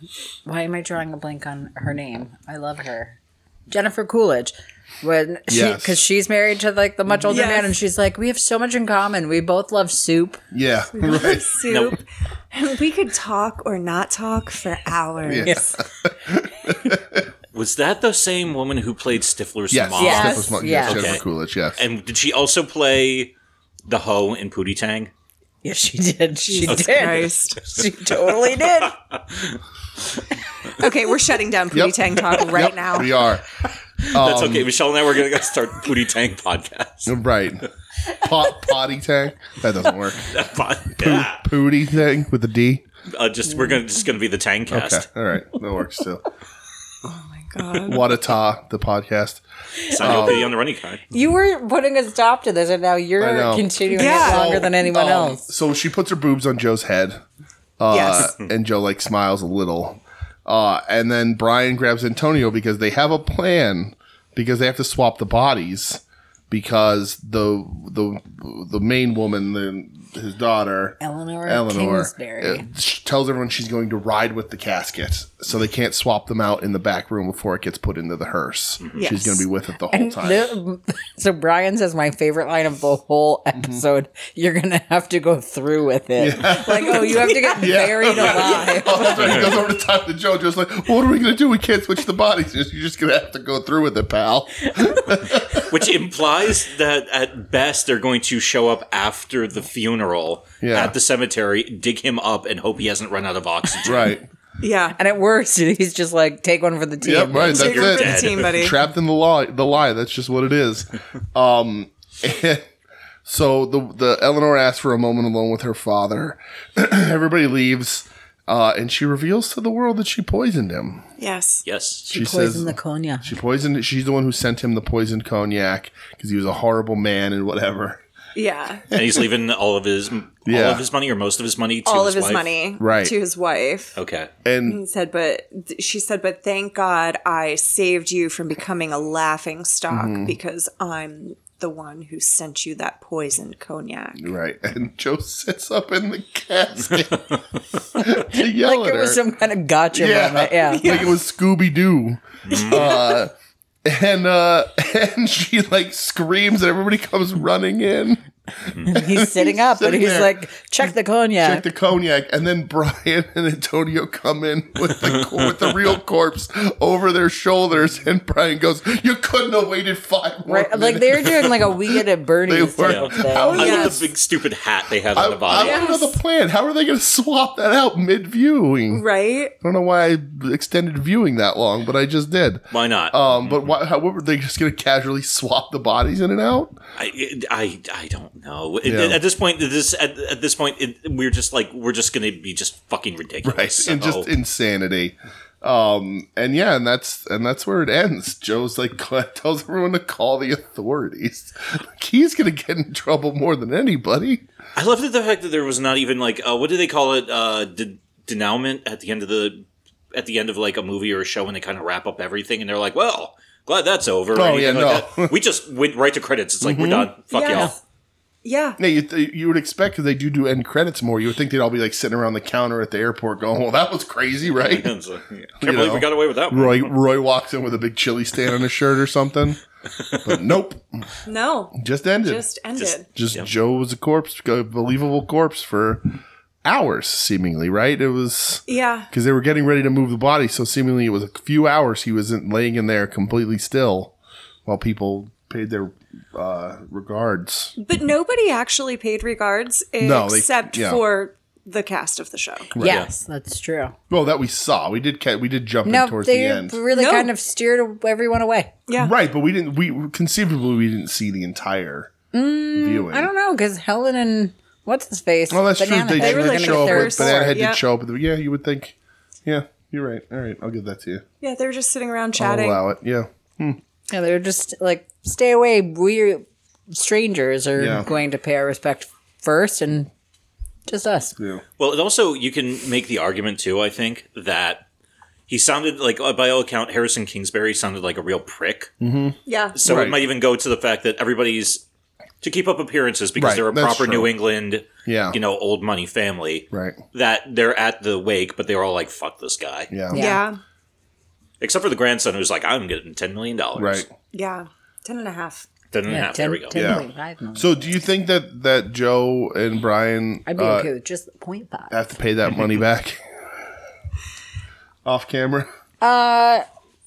Speaker 3: why am I drawing a blank on her name? I love her. Jennifer Coolidge. When she
Speaker 4: Yes.
Speaker 3: because she's married to like the much older
Speaker 2: Yes.
Speaker 3: man and she's like, We have so much in common. We both love soup.
Speaker 4: yeah right
Speaker 2: Soup. And we could talk or not talk for hours.
Speaker 3: Yes.
Speaker 1: Was that the same woman who played Stifler's
Speaker 4: yes
Speaker 1: mom?
Speaker 3: Yes.
Speaker 4: Stifler's mom-
Speaker 3: Yeah.
Speaker 4: yes jennifer
Speaker 1: Okay.
Speaker 4: coolidge yes
Speaker 1: And did she also play the hoe in Pootie Tang?
Speaker 3: Yes, she did. She
Speaker 2: Jesus
Speaker 3: did.
Speaker 2: Christ.
Speaker 3: She totally did.
Speaker 2: Okay, we're shutting down Pootie
Speaker 4: Yep.
Speaker 2: Tang Talk right
Speaker 4: Yep,
Speaker 2: now.
Speaker 4: we are
Speaker 1: That's
Speaker 4: Um,
Speaker 1: okay. Michelle and I were going to start Pootie Tang podcast.
Speaker 4: right Pot, potty tank that doesn't work
Speaker 1: Yeah.
Speaker 4: pooty thing with a d
Speaker 1: Uh, just we're gonna just gonna be the Tang cast.
Speaker 4: Okay, all right, that works too.
Speaker 2: Oh my God.
Speaker 4: Wadata, the podcast.
Speaker 1: Sign up
Speaker 4: Um,
Speaker 1: on the running card.
Speaker 3: You were putting a stop to this and now
Speaker 4: I
Speaker 3: you're
Speaker 4: know.
Speaker 3: continuing
Speaker 2: Yeah.
Speaker 3: it longer than anyone
Speaker 4: Um,
Speaker 3: else.
Speaker 4: So she puts her boobs on Joe's head, uh,
Speaker 2: Yes.
Speaker 4: and Joe like smiles a little, uh, and then Brian grabs Antonio because they have a plan because they have to swap the bodies because the the the main woman, the, his daughter,
Speaker 3: Eleanor,
Speaker 4: Eleanor
Speaker 3: Kingsbury.
Speaker 4: uh, sh- tells everyone she's going to ride with the casket, so they can't swap them out in the back room before it gets put into the hearse. She's
Speaker 2: Mm-hmm. Yes.
Speaker 4: going to be with it the whole time.
Speaker 3: The- so Brian says my favorite line of the whole
Speaker 4: Mm-hmm.
Speaker 3: episode. You're gonna have to go through with it. Like, oh, you have to get buried alive.
Speaker 4: Oh, that's right. He goes over to talk to Joe. Joe's like, "What are we gonna do? We can't switch the bodies. You're just- You're just gonna have to go through with it, pal."
Speaker 1: Which implies that at best they're going to show up after the funeral
Speaker 4: Yeah.
Speaker 1: at the cemetery, dig him up, and hope he hasn't run out of oxygen.
Speaker 4: Right.
Speaker 2: Yeah.
Speaker 3: And it works. He's just like, take one for the team.
Speaker 4: Yep. Right. That's
Speaker 2: Take one
Speaker 4: it.
Speaker 2: for the team, buddy.
Speaker 4: Trapped in the lie. The lie. That's just what it is. Um. and so the the Eleanor asks for a moment alone with her father. Everybody leaves, uh, and she reveals to the world that she poisoned him.
Speaker 2: Yes.
Speaker 1: Yes.
Speaker 4: She
Speaker 3: Poison the cognac.
Speaker 4: she poisoned. She's the one who sent him the poisoned cognac because he was a horrible man and whatever.
Speaker 2: Yeah.
Speaker 1: and he's leaving all of his all
Speaker 4: Yeah.
Speaker 1: of his money or most of his money to
Speaker 2: All
Speaker 1: his
Speaker 2: of his
Speaker 1: wife.
Speaker 2: money
Speaker 4: Right.
Speaker 2: to his wife.
Speaker 1: Okay.
Speaker 4: And
Speaker 2: He said, but she said, but thank God I saved you from becoming a laughing stock
Speaker 4: Mm-hmm.
Speaker 2: because I'm the one who sent you that poisoned cognac.
Speaker 3: Mm.
Speaker 4: Right. And Joe sits up in the casket to yell
Speaker 3: Like it
Speaker 4: at her.
Speaker 3: was some kind of gotcha moment. Yeah. Mm-hmm.
Speaker 4: Like it was Scooby Doo. uh, and uh, and she like screams and everybody comes running in.
Speaker 3: He's sitting up
Speaker 4: sitting
Speaker 3: and he's
Speaker 4: there.
Speaker 3: like, check the cognac.
Speaker 4: Check the cognac, and then Brian and Antonio come in with the with the real corpse over their shoulders, and Brian goes, "You couldn't have waited five more
Speaker 3: right? Like
Speaker 4: minutes."
Speaker 3: they're doing like a weekend at Bernie's
Speaker 4: They were.
Speaker 3: type of thing.
Speaker 4: I was-
Speaker 1: I
Speaker 2: Yes.
Speaker 1: love the big stupid hat they have
Speaker 4: Oh, I,
Speaker 1: on the
Speaker 4: I
Speaker 1: bottom.
Speaker 4: want to know the plan. How are they going to swap that out mid viewing?
Speaker 2: right?
Speaker 4: I don't know why I extended viewing that long, but I just did.
Speaker 1: Why not?
Speaker 4: Um, but why, how, what were they just going to casually swap the bodies in and out?
Speaker 1: I, I, I don't know. It-
Speaker 4: Yeah.
Speaker 1: At this point, this at, at this point, it, we're just like we're just going to be just fucking ridiculous.
Speaker 4: right
Speaker 1: So-
Speaker 4: and just insanity um and yeah and that's and that's where it ends joe's like tells everyone to call the authorities like, he's gonna get in trouble more than anybody
Speaker 1: I love that the fact that there was not even like uh, what do they call it uh, de- denouement at the end of the at the end of like a movie or a show when they kind of wrap up everything and they're like, well, glad that's over. or
Speaker 4: Oh,
Speaker 1: anything
Speaker 4: yeah,
Speaker 1: like
Speaker 4: no. Mm-hmm.
Speaker 1: that. we just went right to credits. It's like we're done. Fuck y'all.
Speaker 2: Yeah.
Speaker 4: yeah you, th- you would expect because they do do end credits more you would think they'd all be like sitting around the counter at the airport going well that was crazy right
Speaker 1: And so, yeah. Can't
Speaker 4: You
Speaker 1: believe
Speaker 4: know.
Speaker 1: we got away with that. one.
Speaker 4: roy roy walks in with a big chili stain on his shirt or something but nope
Speaker 2: No.
Speaker 4: just ended just,
Speaker 2: Just ended.
Speaker 1: Just-
Speaker 4: joe was a corpse a believable corpse for hours seemingly right it was
Speaker 2: yeah.
Speaker 4: because they were getting ready to move the body. So seemingly it was a few hours he was in, laying in there completely still while people paid their uh, regards.
Speaker 2: But nobody actually paid regards
Speaker 4: No, they-
Speaker 2: except
Speaker 4: yeah.
Speaker 2: for the cast of the show.
Speaker 3: Yes, that's true.
Speaker 4: Well, that we saw. We did. Ca- we did jump in
Speaker 3: No,
Speaker 4: towards
Speaker 3: they
Speaker 4: the end.
Speaker 3: really
Speaker 2: No.
Speaker 3: kind of steered everyone away.
Speaker 2: Yeah.
Speaker 4: Right, but we didn't. We conceivably we didn't see the entire
Speaker 3: Mm,
Speaker 4: viewing.
Speaker 3: I don't know because Helen and what's his face?
Speaker 4: Well, that's
Speaker 3: Banana
Speaker 4: true. They
Speaker 3: Head
Speaker 4: did
Speaker 3: were gonna
Speaker 4: show
Speaker 3: get
Speaker 4: up,
Speaker 3: their
Speaker 4: with, Banana Head
Speaker 2: Yeah.
Speaker 4: did show up. But yeah, you would think. Yeah, you're right. All right, I'll give that to you.
Speaker 2: Yeah, they were just sitting around
Speaker 4: I'll
Speaker 2: chatting.
Speaker 4: allow it. Yeah.
Speaker 3: Yeah, they're just like, stay away. We're strangers are
Speaker 4: Yeah.
Speaker 3: going to pay our respect first, and just us.
Speaker 4: Yeah.
Speaker 1: Well, and also you can make the argument too. I think that he sounded like, uh, by all account, Harrison Kingsbury sounded like a real prick.
Speaker 2: Yeah.
Speaker 1: So
Speaker 4: Right.
Speaker 1: it might even go to the fact that everybody's to keep up appearances because
Speaker 4: Right,
Speaker 1: they're a
Speaker 4: that's
Speaker 1: proper
Speaker 4: true.
Speaker 1: New England,
Speaker 4: Yeah.
Speaker 1: you know, old money family.
Speaker 4: Right.
Speaker 1: That they're at the wake, but they're all like, "Fuck this guy,"
Speaker 4: Yeah.
Speaker 3: Yeah.
Speaker 2: yeah.
Speaker 1: except for the grandson who's like, "I'm getting ten million dollars."
Speaker 4: Right.
Speaker 2: Yeah. Ten and a half.
Speaker 1: Ten and a half. There we go.
Speaker 4: Yeah. So, do you think that that Joe and Brian
Speaker 3: I'd be
Speaker 4: uh,
Speaker 3: okay with just point five.
Speaker 4: have to pay that money back off camera.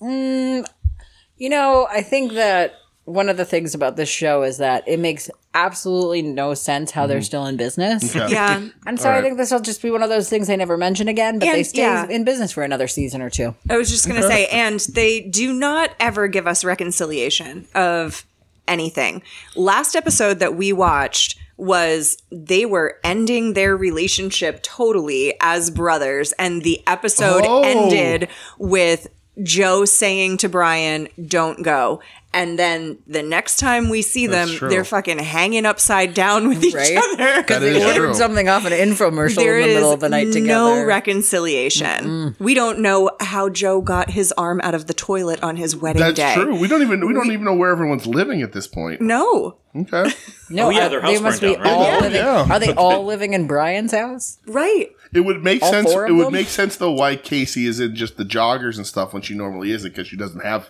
Speaker 3: You know, I think that one of the things about this show is that it makes absolutely no sense how
Speaker 4: Mm-hmm.
Speaker 3: they're still in business.
Speaker 2: Yeah.
Speaker 3: And so I
Speaker 4: Alright.
Speaker 3: think this will just be one of those things they never mention again, but they
Speaker 2: And-
Speaker 3: stay
Speaker 2: yeah.
Speaker 3: in business for another season or two.
Speaker 2: I was just gonna say, and they do not ever give us reconciliation of anything. Last episode that we watched was they were ending their relationship totally as brothers, and the episode
Speaker 4: Oh.
Speaker 2: ended with Joe saying to Brian, "Don't go." And then the next time we see them,
Speaker 4: true.
Speaker 2: they're fucking hanging upside down with each
Speaker 3: Right?
Speaker 2: other.
Speaker 4: That is
Speaker 3: Ordered
Speaker 4: true.
Speaker 3: something off an infomercial
Speaker 2: There
Speaker 3: in the
Speaker 2: is
Speaker 3: middle of the night together.
Speaker 2: no reconciliation. We don't know how Joe got his arm out of the toilet on his wedding
Speaker 4: That's
Speaker 2: day.
Speaker 4: true. We don't even we don't even know where everyone's living at this point.
Speaker 2: No,
Speaker 4: Okay,
Speaker 3: No,
Speaker 1: Oh, yeah,
Speaker 3: uh,
Speaker 1: their
Speaker 3: they
Speaker 1: house
Speaker 3: must
Speaker 1: burned
Speaker 3: be
Speaker 1: down, right?
Speaker 3: all
Speaker 4: Yeah.
Speaker 3: living.
Speaker 4: Yeah.
Speaker 3: Are they all living in Brian's house?
Speaker 2: right?
Speaker 4: it would make
Speaker 3: All
Speaker 4: sense.
Speaker 3: four of
Speaker 4: It would
Speaker 3: them?
Speaker 4: make sense though why Casey is in just the joggers and stuff when she normally isn't because she doesn't have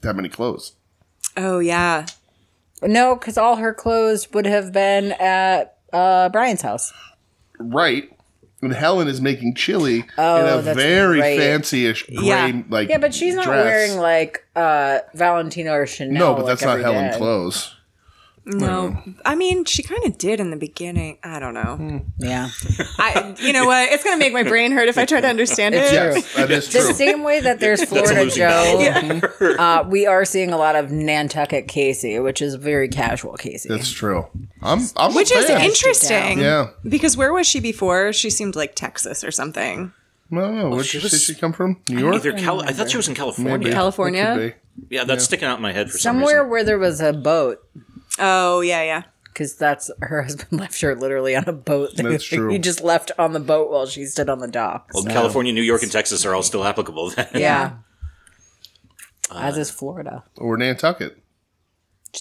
Speaker 4: that many clothes.
Speaker 2: Oh yeah,
Speaker 3: No, because all her clothes would have been at uh, Brian's house.
Speaker 4: Right. And Helen is making chili in a
Speaker 3: Oh, that's
Speaker 4: very
Speaker 3: right.
Speaker 4: fancy-ish gray
Speaker 2: Yeah.
Speaker 4: like
Speaker 3: Yeah, but she's not
Speaker 4: dress.
Speaker 3: wearing like uh, Valentino or Chanel.
Speaker 4: no, but
Speaker 3: like,
Speaker 4: that's
Speaker 3: every
Speaker 4: not Helen
Speaker 3: day.
Speaker 4: clothes.
Speaker 2: no. I mean, she kind of did in the beginning. I don't
Speaker 4: Hmm.
Speaker 2: know.
Speaker 3: Yeah,
Speaker 2: I, you know what? It's gonna make my brain hurt if I try to understand it.
Speaker 4: Yes, that is
Speaker 3: the
Speaker 4: true.
Speaker 3: same way that there's Florida
Speaker 1: losing
Speaker 3: Joe. uh, we are seeing a lot of Nantucket Casey, which is very casual Casey.
Speaker 4: That's true. I'm, I'm a
Speaker 2: Which is
Speaker 4: fan.
Speaker 2: interesting.
Speaker 4: Yeah.
Speaker 2: Because where was she before? She seemed like Texas or something.
Speaker 4: I don't
Speaker 3: Oh,
Speaker 4: know. Where
Speaker 1: she
Speaker 4: she
Speaker 1: was-
Speaker 4: did she come from? New York.
Speaker 1: Either Cali- I thought she was in California.
Speaker 4: Maybe.
Speaker 2: California?
Speaker 4: It could be.
Speaker 1: Yeah, that's sticking out in my head for
Speaker 3: Somewhere
Speaker 1: some
Speaker 3: where there was a boat,
Speaker 2: Oh yeah, yeah.
Speaker 3: because that's her husband left her literally on a boat.
Speaker 4: That's true.
Speaker 3: He just left on the boat while she stood on the dock.
Speaker 1: reason.
Speaker 3: so-
Speaker 1: Well, California, New York, and Texas are all still applicable. Then.
Speaker 3: yeah.
Speaker 4: Uh,
Speaker 3: As is Florida.
Speaker 4: or Nantucket.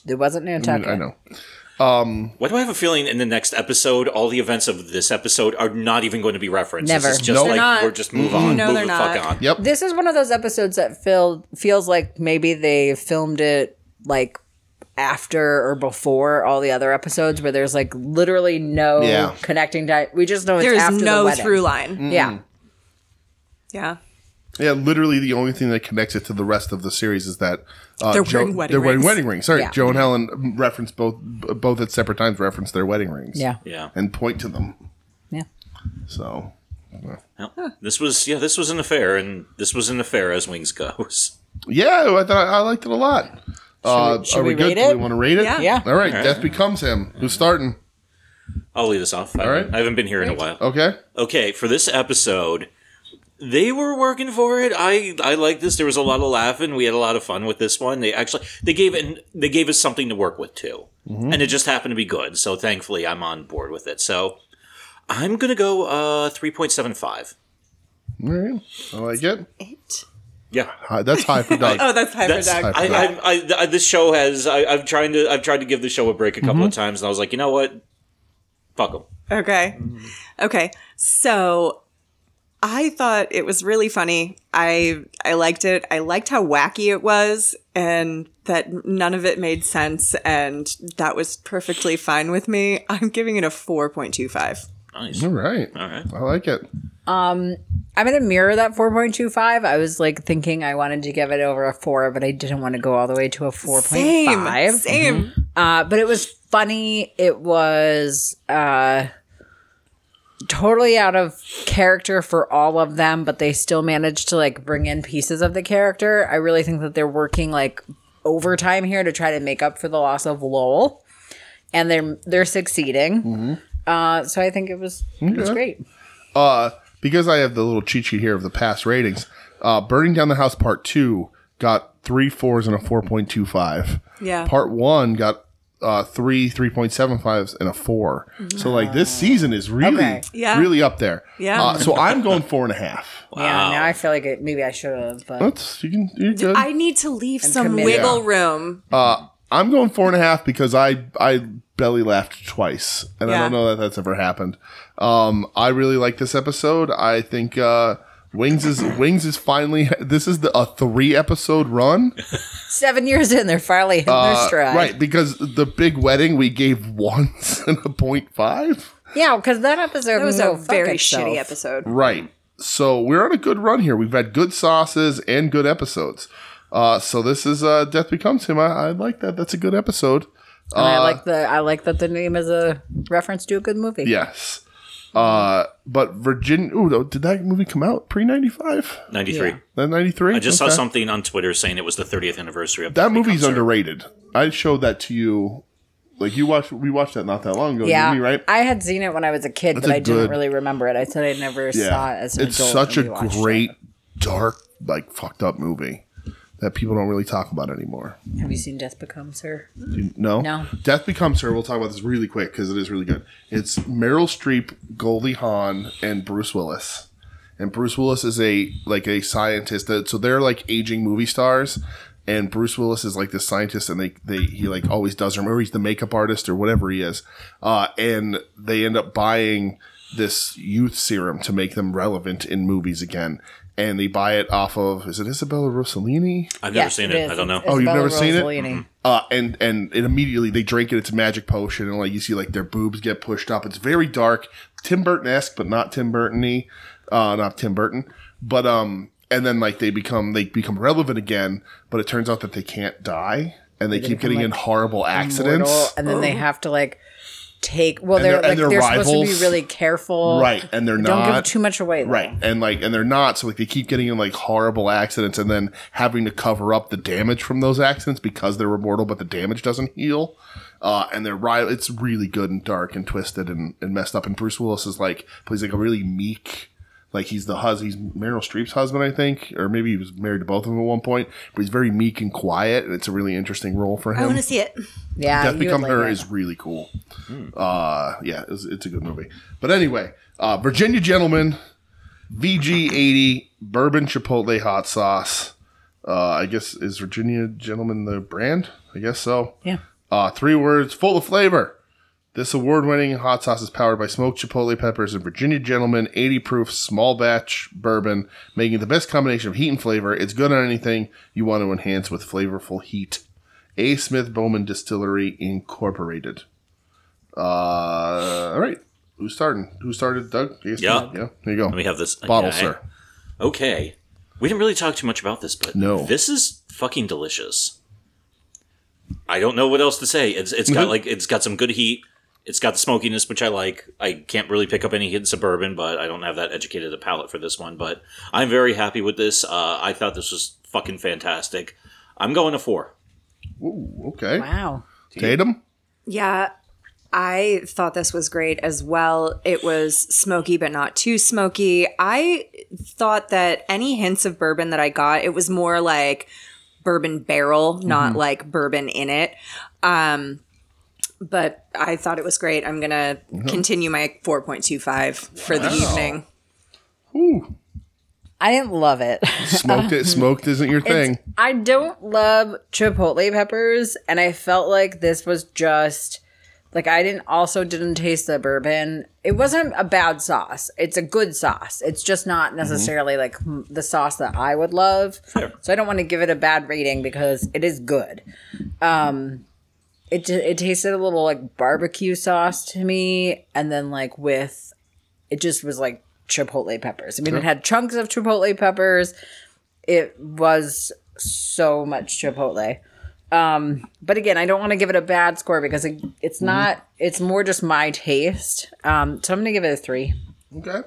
Speaker 3: There wasn't Nantucket.
Speaker 4: I know.
Speaker 1: Why do I have a feeling in the next episode, all the events of this episode are not even going to be referenced?
Speaker 3: Never.
Speaker 1: It's just
Speaker 4: Nope.
Speaker 1: like
Speaker 4: They're
Speaker 2: not.
Speaker 1: we're just move
Speaker 4: mm-hmm.
Speaker 1: on,
Speaker 2: No,
Speaker 1: move
Speaker 2: they're
Speaker 1: the
Speaker 2: not.
Speaker 1: fuck on.
Speaker 4: Yep.
Speaker 3: This is one of those episodes that feel feels like maybe they filmed it like after or before all the other episodes where there's like literally no
Speaker 4: Yeah.
Speaker 3: connecting. Di- we just know it's
Speaker 2: There's
Speaker 3: after the
Speaker 2: no
Speaker 3: wedding.
Speaker 2: through line.
Speaker 4: Hmm. Mm.
Speaker 3: Yeah,
Speaker 2: Yeah.
Speaker 4: Yeah, literally the only thing that connects it to the rest of the series is that uh,
Speaker 2: They're wearing wedding
Speaker 4: they're wearing
Speaker 2: rings.
Speaker 4: wedding rings. Sorry,
Speaker 3: Yeah.
Speaker 4: Joe and Helen reference both both at separate times reference their wedding rings.
Speaker 3: yeah,
Speaker 1: Yeah.
Speaker 4: and point to them.
Speaker 3: yeah.
Speaker 4: So
Speaker 1: Well, This was yeah, this was an affair, and this was an affair as Wings goes.
Speaker 4: yeah, I thought I liked it a lot. uh,
Speaker 3: should
Speaker 4: are we,
Speaker 3: we
Speaker 4: good?
Speaker 3: rate
Speaker 4: Do we
Speaker 3: it?
Speaker 4: want to rate it?
Speaker 2: Yeah.
Speaker 3: Yeah.
Speaker 4: All right, death becomes him. Who's starting?
Speaker 1: I'll lead us off. I,
Speaker 4: right.
Speaker 1: I haven't been here in a while.
Speaker 4: Okay.
Speaker 1: Okay, for this episode, they were working for it. I I like this. There was a lot of laughing. We had a lot of fun with this one. They actually they gave it they gave us something to work with too,
Speaker 3: Mm-hmm.
Speaker 1: and it just happened to be good. So thankfully, I'm on board with it. So I'm gonna go uh 3.75.
Speaker 4: All right. I like it.
Speaker 2: It.
Speaker 1: Yeah.
Speaker 4: Hi- That's high for Doug.
Speaker 2: Oh, that's hyper
Speaker 1: That's, I,
Speaker 2: dog.
Speaker 1: I, I, I, this show has. I, I've trying to. I've tried to give the show a break a couple
Speaker 3: Mm-hmm.
Speaker 1: of times, and I was like, you know what? Fuck them.
Speaker 2: Okay.
Speaker 3: Mm-hmm.
Speaker 2: Okay. So I thought it was really funny. I I liked it. I liked how wacky it was and that none of it made sense and that was perfectly fine with me. I'm giving it a 4.25.
Speaker 1: Nice.
Speaker 3: Mm-hmm.
Speaker 4: All right.
Speaker 1: All right.
Speaker 4: I like it.
Speaker 3: I'm gonna mirror that 4.25. I was like thinking I wanted to give it over a four, but I didn't want to go all the way to a 4.5.
Speaker 2: Same. Mm-hmm. Same.
Speaker 3: Uh, but it was funny. It was uh, totally out of character for all of them, but they still managed to like bring in pieces of the character. I really think that they're working like overtime here to try to make up for the loss of Lowell, and they're they're succeeding. Uh, so I think it was it was
Speaker 4: Okay.
Speaker 3: great.
Speaker 4: Uh, because I have the little cheat sheet here of the past ratings, uh, Burning Down the House Part 2 got three fours and a 4.25.
Speaker 2: Yeah.
Speaker 4: Part 1 got uh, three 3.75s and a 4. So, like, this season is really,
Speaker 3: Okay.
Speaker 2: Yeah.
Speaker 4: really up there.
Speaker 2: Yeah.
Speaker 4: Uh, so I'm going four and a half.
Speaker 3: Yeah, now I feel like it, maybe I should have, but
Speaker 4: That's, you can, you're good.
Speaker 2: I need to leave some
Speaker 3: committed. Oh,
Speaker 2: wiggle room.
Speaker 4: I'm going four and a half because I I belly laughed twice, and I
Speaker 2: Yeah.
Speaker 4: don't know that that's ever happened. Um, I really like this episode. I think uh, Wings is Wings is finally this is the, a three episode run,
Speaker 3: seven years in, they're finally hitting their stride.
Speaker 4: Uh, right? Because the big wedding we gave once and a point five,
Speaker 3: Yeah, because that episode
Speaker 2: That was
Speaker 3: can
Speaker 2: a
Speaker 3: go fuck
Speaker 2: very
Speaker 3: itself.
Speaker 2: shitty episode.
Speaker 4: right? So we're on a good run here. We've had good sauces and good episodes. Uh, so this is uh, Death Becomes Him. I, I like that. That's a good episode.
Speaker 3: And
Speaker 4: Uh,
Speaker 3: I like the I like that the name is a reference to a good movie.
Speaker 4: Yes. Uh, but Virginia, ooh, though, did that movie come out pre ninety five?
Speaker 1: Ninety three.
Speaker 4: That ninety three.
Speaker 1: I just saw something on Twitter saying it was the 30th anniversary of
Speaker 4: That
Speaker 1: the
Speaker 4: movie's
Speaker 1: concert.
Speaker 4: underrated. I showed that to you, like you watched. We watched that not that long ago.
Speaker 3: Yeah,
Speaker 4: didn't we, right?
Speaker 3: I had seen it when I was a kid,
Speaker 4: a
Speaker 3: but I didn't
Speaker 4: good-
Speaker 3: really remember it. I said I never saw it as an
Speaker 4: it's
Speaker 3: adult.
Speaker 4: such a
Speaker 3: and we watched it.
Speaker 4: great, dark, like fucked up movie that people don't really talk about anymore.
Speaker 3: Have you seen Death Becomes Her?
Speaker 4: You- No,
Speaker 3: No.
Speaker 4: Death Becomes Her. We'll talk about this really quick because it is really good. It's Meryl Streep, Goldie Hawn, and Bruce Willis. And Bruce Willis is a like a scientist. That, so they're like aging movie stars, and Bruce Willis is like this scientist, and they they he like always does them, or he's the makeup artist or whatever he is. Uh, and they end up buying this youth serum to make them relevant in movies again. And they buy it off of is it Isabella Rossellini?
Speaker 1: I've never
Speaker 3: Yes,
Speaker 1: seen
Speaker 3: it
Speaker 1: it.
Speaker 3: is.
Speaker 1: I don't know.
Speaker 4: Oh, you've
Speaker 3: Isabella
Speaker 4: never seen it?
Speaker 3: Rossellini.
Speaker 4: uh, and and it immediately they drink it. It's a magic potion, and like you see, like their boobs get pushed up. It's very dark, Tim Burton esque, but not Tim Burtony, uh, not Tim Burton. But um, and then like they become they become relevant again, but it turns out that they can't die, and they, keep getting in horrible Mm-hmm. accidents.
Speaker 3: Mortal, and then they have to like take. Well,
Speaker 4: And
Speaker 3: they're,
Speaker 4: they're- and
Speaker 3: like
Speaker 4: they're
Speaker 3: they're, supposed to
Speaker 4: rivals.
Speaker 3: be really careful,
Speaker 4: Right, and they're
Speaker 3: Don't give
Speaker 4: not-
Speaker 3: too much away, though.
Speaker 4: Right. And like and they're not, so like they keep getting in like horrible accidents and then having to cover up the damage from those accidents because they're immortal, but the damage doesn't heal. Uh, and they're ri- it's really good and dark and twisted and, and messed up. And Bruce Willis is like plays like a really meek like he's the hus he's Meryl Streep's husband, I think, or maybe he was married to both of them at one point. But he's very meek and quiet, and it's a really interesting role for him.
Speaker 2: I want to see it.
Speaker 3: Yeah,
Speaker 4: Death
Speaker 3: you would
Speaker 4: Become
Speaker 3: like
Speaker 4: Her
Speaker 3: it.
Speaker 4: is really cool. Uh, yeah, it's, it's a good movie. But anyway, uh, Virginia Gentleman, VG80, Bourbon Chipotle Hot Sauce. Uh, I guess is Virginia Gentleman the brand? I guess so.
Speaker 3: Yeah.
Speaker 4: Uh, three words, full of flavor. This award-winning hot sauce is powered by smoked chipotle peppers and Virginia Gentleman 80 proof small batch bourbon, making it the best combination of heat and flavor. It's good on anything you want to enhance with flavorful heat. A. Smith Bowman Distillery Incorporated. Uh, all right. Who's starting? Who started? Doug? A. Smith?
Speaker 1: Yeah.
Speaker 4: Yeah. There you go.
Speaker 1: Let me have this
Speaker 4: Bottle,
Speaker 1: okay.
Speaker 4: sir.
Speaker 1: Okay, we didn't really talk too much about this, but
Speaker 4: No.
Speaker 1: this is fucking delicious. I don't know what else to say. It's it's
Speaker 4: Mhm.
Speaker 1: got like it's got some good heat. It's got the smokiness, which I like. I can't really pick up any hidden suburban, but I don't have that educated a palate for this one. But I'm very happy with this. Uh, I thought this was fucking fantastic. I'm going to four.
Speaker 4: Ooh, okay.
Speaker 3: Wow.
Speaker 4: Tatum?
Speaker 2: Yeah, I thought this was great as well. It was smoky, but not too smoky. I thought that any hints of bourbon that I got, it was more like bourbon barrel, not like bourbon in it. Um, but I thought it was great. I'm gonna continue my 4.25 for the evening.
Speaker 4: Ooh.
Speaker 3: I didn't love it.
Speaker 4: Smoked it. Smoked isn't your thing.
Speaker 3: I don't love chipotle peppers, and I felt like this was just like I didn't also didn't taste the bourbon. It wasn't a bad sauce. It's a good sauce. It's just not necessarily like m- the sauce that I would love. So I don't want to give it a bad rating because it is good. Um it ju- it tasted a little like barbecue sauce to me and then like with it just was like chipotle peppers. I mean, it had chunks of chipotle peppers. It was so much chipotle. Um, but again, I don't want to give it a bad score because it, it's not. It's more just my taste. Um, so I'm gonna give it a three.
Speaker 4: Okay.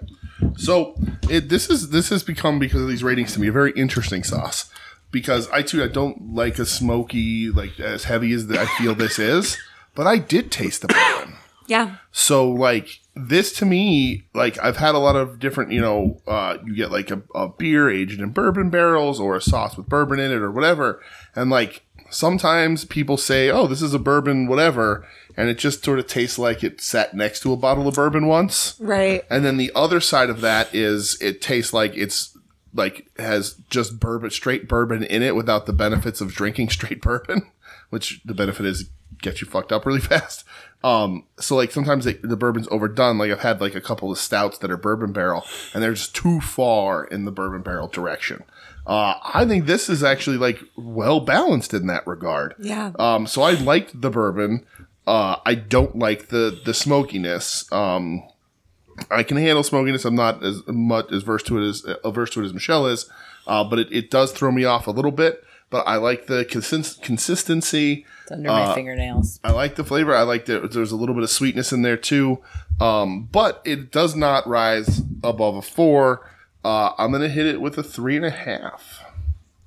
Speaker 4: So it, this is this has become because of these ratings to me a very interesting sauce because I too I don't like a smoky like as heavy as the, I feel this is, but I did taste the bourbon.
Speaker 2: Yeah,
Speaker 4: So like this to me, like I've had a lot of different, you know, uh, you get like a, a beer aged in bourbon barrels or a sauce with bourbon in it or whatever, and like sometimes people say, oh, this is a bourbon whatever, and it just sort of tastes like it sat next to a bottle of bourbon once.
Speaker 2: right.
Speaker 4: And then the other side of that is it tastes like it's like has just bourbon straight bourbon in it without the benefits of drinking straight bourbon, which the benefit is it gets you fucked up really fast. Um, so like sometimes it, the bourbon's overdone. Like I've had like a couple of stouts that are bourbon barrel, and they're just too far in the bourbon barrel direction. Uh, I think this is actually like well balanced in that regard.
Speaker 2: Yeah.
Speaker 4: Um, so I liked the bourbon. Uh, I don't like the the smokiness. Um, I can handle smokiness. I'm not as much as versed to it as averse to it as Michelle is, uh, but it, it does throw me off a little bit. But I like the consist- consistency.
Speaker 3: It's under my fingernails.
Speaker 4: I like the flavor. I like that there's a little bit of sweetness in there too, um, but it does not rise above a four. Uh, I'm gonna hit it with a three and a half.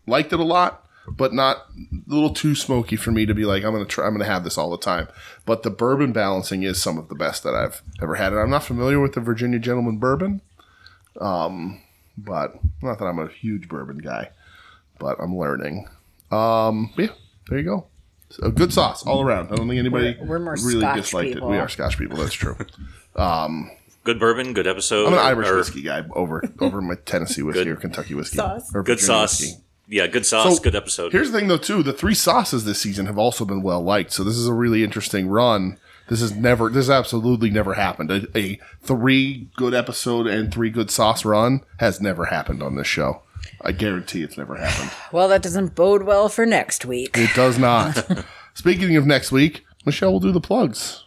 Speaker 4: Liked it a lot, but not a little too smoky for me to be like I'm gonna try. I'm gonna have this all the time. But the bourbon balancing is some of the best that I've ever had, and I'm not familiar with the Virginia Gentleman Bourbon, um, but not that I'm a huge bourbon guy, but I'm learning. Um, yeah, there you go. So good sauce all around. I don't think anybody
Speaker 3: We're- we're more
Speaker 4: really
Speaker 3: Scotch
Speaker 4: disliked
Speaker 3: people.
Speaker 4: it. We are Scotch people. That's true.
Speaker 1: Good bourbon, good episode.
Speaker 4: I'm an Irish
Speaker 1: or-
Speaker 4: whiskey guy over over my Tennessee whiskey or Kentucky whiskey
Speaker 2: Sauce.
Speaker 4: or
Speaker 1: Good
Speaker 4: Virginia
Speaker 1: sauce.
Speaker 4: whiskey.
Speaker 1: Yeah, good sauce.
Speaker 4: So,
Speaker 1: good episode.
Speaker 4: Here's the thing, though, too. The three sauces this season have also been well liked, so this is a really interesting run. This is never, this absolutely never happened. A, a three good episode and three good sauce run has never happened on this show. I guarantee it's never happened.
Speaker 3: Well, that doesn't bode well for next week.
Speaker 4: It does not. Speaking of next week, Michelle will do the plugs.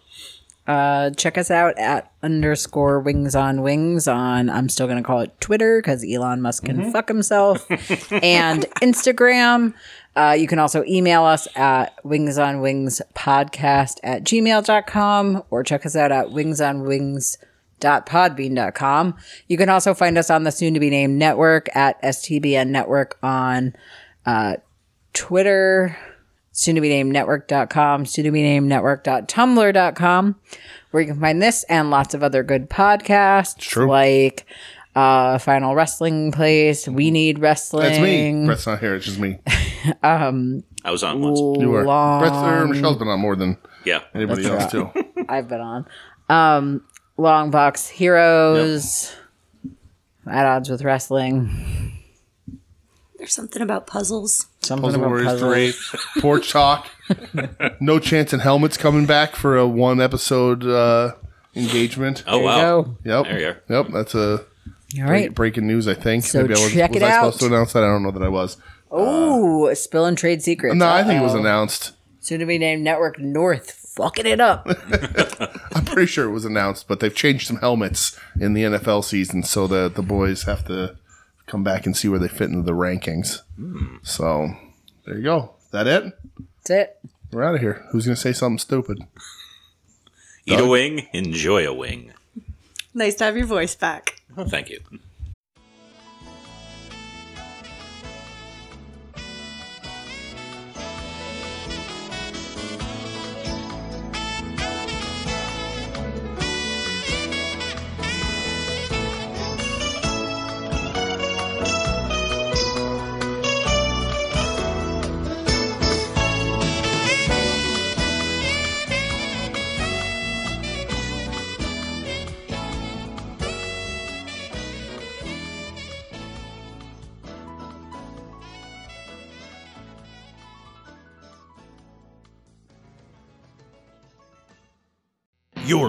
Speaker 3: Uh, check us out at underscore wings on wings on I'm still gonna call it Twitter because Elon Musk can fuck himself and Instagram. Uh, you can also email us at wings on wings podcast at gmail.com or check us out at wings on wings podbean.com. You can also find us on the soon to be named network at STBN network on uh, Twitter, soon to be named network.com, soon to be named network.tumblr.com, where you can find this and lots of other good podcasts
Speaker 4: True.
Speaker 3: like uh, Final Wrestling Place, We Need Wrestling.
Speaker 4: Mm-hmm. That's me. Brett's not here. It's just me.
Speaker 1: I was on once.
Speaker 4: You are.
Speaker 3: Long-
Speaker 4: Brett's, or Michelle's been on more than
Speaker 1: Yeah.
Speaker 4: anybody else, too.
Speaker 3: I've been on. Um, Long Box Heroes. At odds with wrestling.
Speaker 2: There's something about puzzles.
Speaker 3: Something
Speaker 4: Puzzle
Speaker 3: about
Speaker 4: Warriors
Speaker 3: puzzles.
Speaker 4: 3, Porch Talk. no chance in helmets coming back for a one episode uh, engagement.
Speaker 1: Oh
Speaker 3: There you
Speaker 1: wow.
Speaker 3: go.
Speaker 4: Yep.
Speaker 1: There you are.
Speaker 4: Yep, that's a
Speaker 3: All right.
Speaker 4: breaking news, I think.
Speaker 3: So
Speaker 4: I was,
Speaker 3: check
Speaker 4: was
Speaker 3: it
Speaker 4: I supposed
Speaker 3: out.
Speaker 4: to announce that? I don't know that I was.
Speaker 3: Oh, spill and trade secrets.
Speaker 4: No, I think it was
Speaker 3: Uh-oh.
Speaker 4: announced.
Speaker 3: soon to be named Network North, fucking it up.
Speaker 4: I'm pretty sure it was announced, but they've changed some helmets in the NFL season so that the boys have to come back and see where they fit into the rankings.
Speaker 1: Hmm.
Speaker 4: So there you go. Is that it?
Speaker 3: That's it.
Speaker 4: We're out of here. Who's gonna say something stupid?
Speaker 1: Eat a wing, enjoy a wing.
Speaker 2: Nice to have your voice back.
Speaker 1: Oh, thank you.
Speaker 5: You're